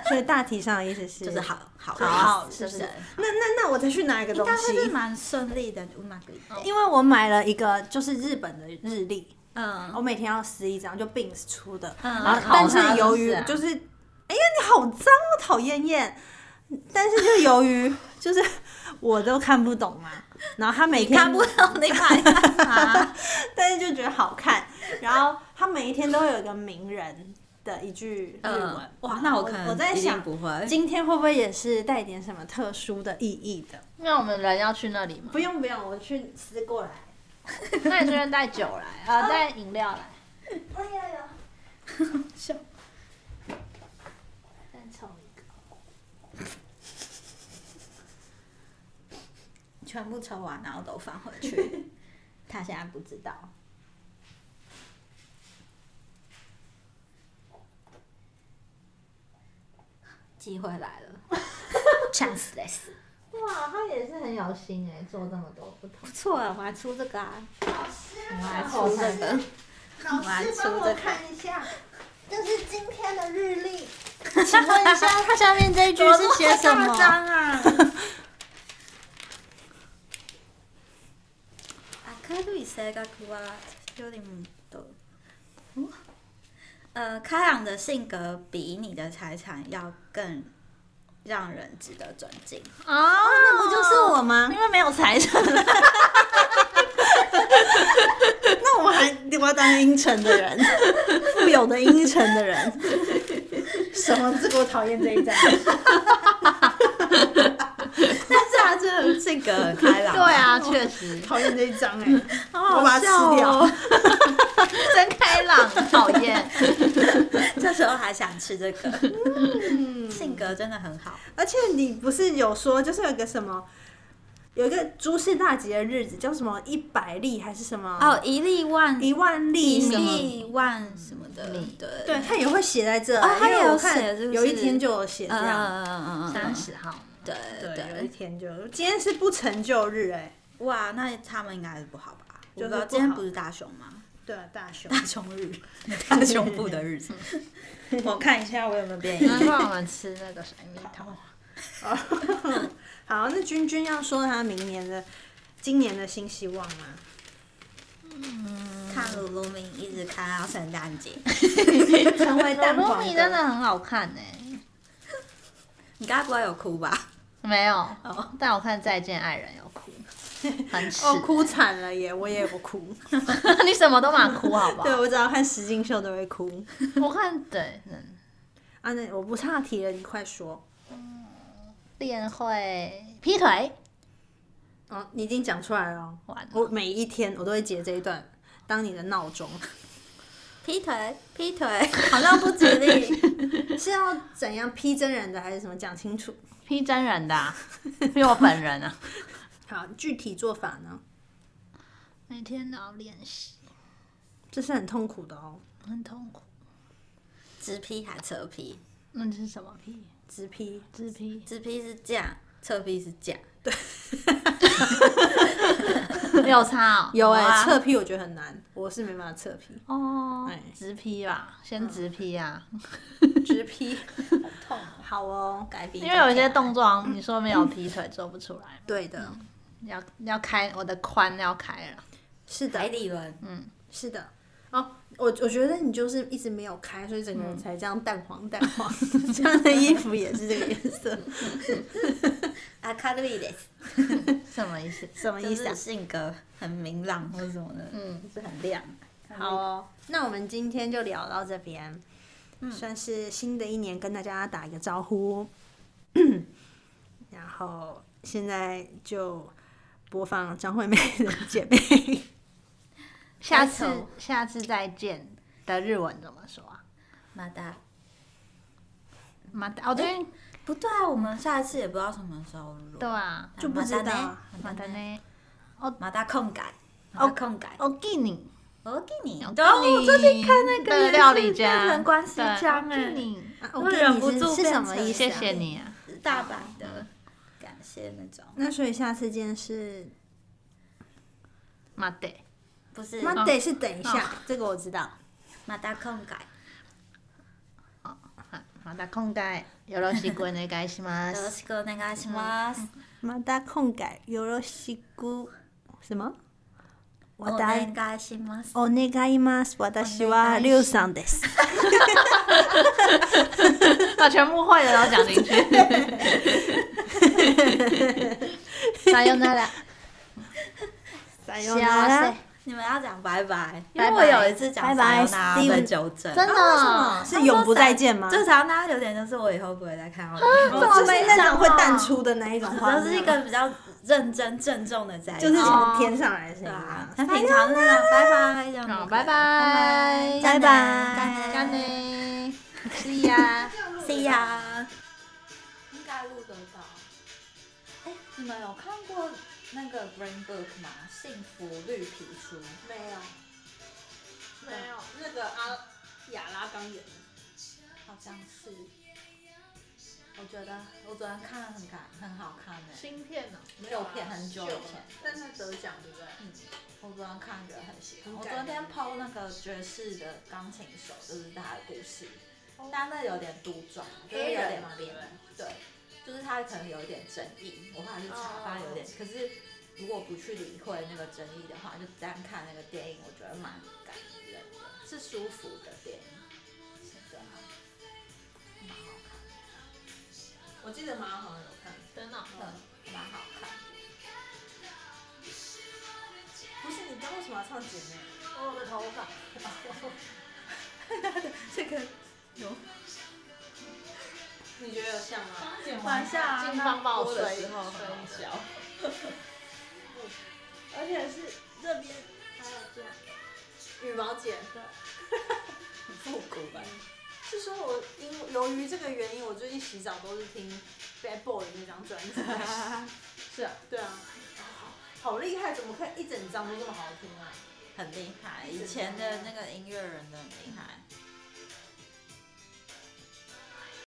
D: 所以大体上的意思是，
B: 就是好好
A: 好
B: 好，
A: 是不
B: 是不
A: 是
B: 是？
D: 那那那我再去拿一个东
B: 但
D: 西
B: 是，是蛮顺利的，うまくいって。
D: 因为我买了一个就是日本的日历，
B: 嗯
D: 我，每天要撕一张，就 Bings 出的，
B: 嗯
D: 然后
A: 考
D: 但
A: 它
D: 是由
A: 是
D: 于
A: 不是啊
D: 就是，哎呀你好脏啊，讨厌厌。但是就由于就是我都看不懂嘛，然后他每天
B: 看不懂你买干嘛？ (laughs)
D: 但是就觉得好看。然后他每一天都会有一个名人的一句日文，
B: 嗯，哇
D: 然，后
B: 那
D: 我
B: 我可能
D: 我在
B: 一定
D: 想，
B: 不会，
D: 今天会不会也是带点什么特殊的意义的？
A: 那我们人要去那里吗？
D: 不用不用，我去撕过来。
A: 那你顺便带酒 (laughs) 来，呃，带饮料来。
D: 哎呀呀！
B: 笑
A: 再抽一个。
B: 全部抽完，然后都放回 (laughs) 去。他现在不知道，机会来 (laughs) 了，chanceless，
A: 哇，他也是很有心哎，做这么多不同。 (laughs)
B: 不错，我还出这个啊，
D: 老师，
B: 我还出这个，
D: 老
B: 我还出这个
D: 看一下，这是今天的日历。
B: 请问一下，它下面这一句是写什 (laughs)
D: 怎么那
B: 么？
D: 么
B: 啊
D: 脏啊！
B: 明るい性格はよりもと哦呃，开朗的性格比你的财产要更让人值得尊敬。
A: 啊，那
B: 哦
D: 不就是我吗？
A: 因为没有财产，
D: 那我还我要当阴沉的
B: (laughs)
D: 人，富有的阴沉的人。
A: (laughs)
D: 什么？这个我讨厌这一张。
B: 但是性格很开朗。
A: 对 (laughs) 啊，确实
D: 讨厌这一张哎、
B: 好
D: 我把它
B: 好笑
D: 吃掉
B: 哦。
A: 真开朗， (laughs) 讨厌。
B: 这时候还想吃这个，
D: 嗯
B: 性格真的很好。
D: 而且你不是有说，就是有个什么，有一个诸事大吉的日子，叫什么一百例还是什么？
B: 哦，一粒万
D: 一万
B: 一
D: 例
A: 什么
B: 粒万什么的，对
D: 对，他也会写在这，
B: 哦他也
D: 因为我
B: 有
D: 看
B: 写是不是
D: 有一天就有写这
B: 嗯
D: 样。
B: 嗯嗯嗯嗯
A: 三
B: 嗯，
A: 十号，
B: 对
D: 对，有一
B: 对，
D: 天就今天是不成就日哎、
B: 哇，那他们应该是不好吧？我
D: 就
B: 不
D: 是
B: 知道
D: 不
B: 今天
D: 好
B: 不是大熊 (laughs) 吗？
D: 对啊，大熊
B: 大熊
D: (laughs)
B: 日，大熊部的 (laughs) 日子。我看一下我有没有变异。
A: 难怪我们吃那个水蜜 (laughs) 桃。
D: 好，那君君要说他明年的、今年的新希望
A: (laughs)
D: 吗？
B: 看鲁鲁明一直看到圣诞 (laughs) 节，
D: 成为蛋
A: 罗
D: 黄
A: 米真的很好看欸呢、
B: 你该不会有哭吧？
A: 没有
B: 哦，
A: 但我看《再见爱人》有 (laughs) 哭，很耻。
D: (laughs) 哦，哭惨了耶！我也有哭，
A: (laughs) 你什么都嘛哭好不好？
D: 对我只要看石金秀都会哭。
A: 我看对，嗯，
D: 啊，那我不岔题了，你快说。
A: 恋会劈腿，
D: 哦，你已经讲出来了哦。
A: 完了
D: 我每一天我都会截这一段当你的闹钟，
B: 劈腿，劈腿，好像不吉利。
D: 是要怎样批真人的还是什么？讲清楚。
A: 劈真人的、啊，劈我本人啊。
D: 好，具体做法呢？
A: 每天都要练习，
D: 这是很痛苦的哦，
A: 很痛苦。
B: 直劈还侧劈？
A: 那是什么劈？
D: 直批。
A: 自劈。
B: 直劈是这样，侧劈是这样。
A: (laughs) 有差哦。，
D: 有哎、
B: 哇
D: 侧批我觉得很难，我是没办法侧批
A: 哦
D: 哎，
A: 直劈吧，先直劈啊，
D: 直 (laughs) 批痛。好哦，
B: 改笔
A: 因为有一些动作好像你说没有劈腿做不出来，
D: 对的，
A: 要要开我的髋要开了，
D: 是的
B: 海，底轮，
D: 是的。哦，我我觉得你就是一直没有开，所以整个
A: 嗯
D: 人才这样淡黄淡黄， (laughs) 穿的衣服也是这个颜色，
B: 阿卡路里斯，
A: 什么意思？
D: 什么
B: 就
D: 意思啊
B: 是？性格很明朗或什么的，嗯，就是很亮。
D: 好哦，那我们今天就聊到这边，
A: 嗯
D: 算是新的一年跟大家打一个招呼，然后现在就播放张惠妹的《姐
A: (laughs)
D: 妹》
A: 下
B: 开
A: 次
B: 头
A: 下次再见的日文怎么说啊？
B: 马达，
A: 马达，我最近
B: 不对啊，我们下一次也不知道什么时候录，
A: 对啊，
D: 就不知道啊
A: 马
B: 马
A: 达
B: 达呢？
A: 呢？
B: 马达空改，马达空改，
A: 我给你，
B: 我给你。
A: 我
B: 哦我最近看那个
A: 的呃
B: 也是
A: 料理家
D: (laughs)
B: 变成关系家
A: 对
B: 哎
A: 我给你
D: 啊
B: 我
D: 我跟
B: 忍
D: 你
B: 不
D: 是
B: 住
D: 是
B: 变
D: 什么
B: 成
D: 意思、
A: 谢
D: 啊？
A: 谢。你啊，
B: 大阪的，感谢那种，
D: 那所以下次见是，
A: 马达，
B: 不是
D: 妈得是等一下
A: 哦，
D: 这个我知道。
B: 马达空改，
A: 啊马达空盖，よろしくお願いしま (laughs)
B: よろ
A: す。
B: しくお願いします。
D: 马达空改有ろしく什么？我
B: お
D: 答
B: 願
D: 应。
B: いします。
D: お願います。私はリュウさんです。
A: 把全部会的都讲进去。さよなら，
D: さ
A: 幸せ。
B: 你们要讲拜拜，因
A: 拜
B: 为
A: 拜
B: 我有一次讲
D: 拜拜
B: 那被纠正，
A: 真的哦，
D: 是永不再见吗？
B: 就想那有点就是我以后不会再看到你们，
D: 就是 (laughs)
A: 悲
D: 那
A: 伤
D: 种会
A: 哦
D: 淡出的那一种花，
B: 我就是一个比较认真郑重的在一起，
D: 就是
A: 哦
D: 填上来的声
B: 对
D: 音
B: 啊
D: 啊，。
B: 他平常是那种拜拜这样
A: 好，
B: 子，
A: 拜拜，
D: 拜
B: 拜
A: 干 (laughs) 呢，是呀。
B: ，See ya。应该录得到。哎，你们有看过那个 Green Book 吗？幸福绿皮书。
D: 没有，没有，那个阿亚拉冈演的，
B: 好像是，我觉得我昨天看了很感很好看欸的、
A: 芯片呢？
B: 六片很久以前，
D: 但他得奖对不对？
B: 嗯，我昨天看觉得很喜欢。
D: 很
B: 我
D: 感
B: 昨
D: 人
B: 天抛那个爵士的钢琴手，就是他的故事，但那有点独转，就是有
D: A 人
B: 点
D: 嘛对
B: 编
D: 不
B: 对，
D: 对，
B: 就是他可能有一点争议，我后来去查发现有点，可是如果不去理会那个争议的话，就单看那个电影，我觉得蛮感人的，是舒服的电影，对啊，蛮好看的。
D: 我记得马好像有看，
A: 真的
B: 嗯，蛮好看。
D: 不是你刚为什么要唱姐妹？我的头发，
B: (laughs) 这个有
D: 你觉得有像吗？
B: 晚上啊
A: 金方爆
B: 那播的
A: 水
B: 时候很好
A: 水
B: 笑，
D: 而且是这边还有这样羽毛剪的。
B: 很复古吧？
D: 是说我因由于这个原因，我最近洗澡都是听 Bad Boy 的那张专辑。
A: 是啊，
D: 对啊，好好厉害，怎么可以一整张都这么好听啊？
B: 很厉害，以前的那个音乐人都很厉害。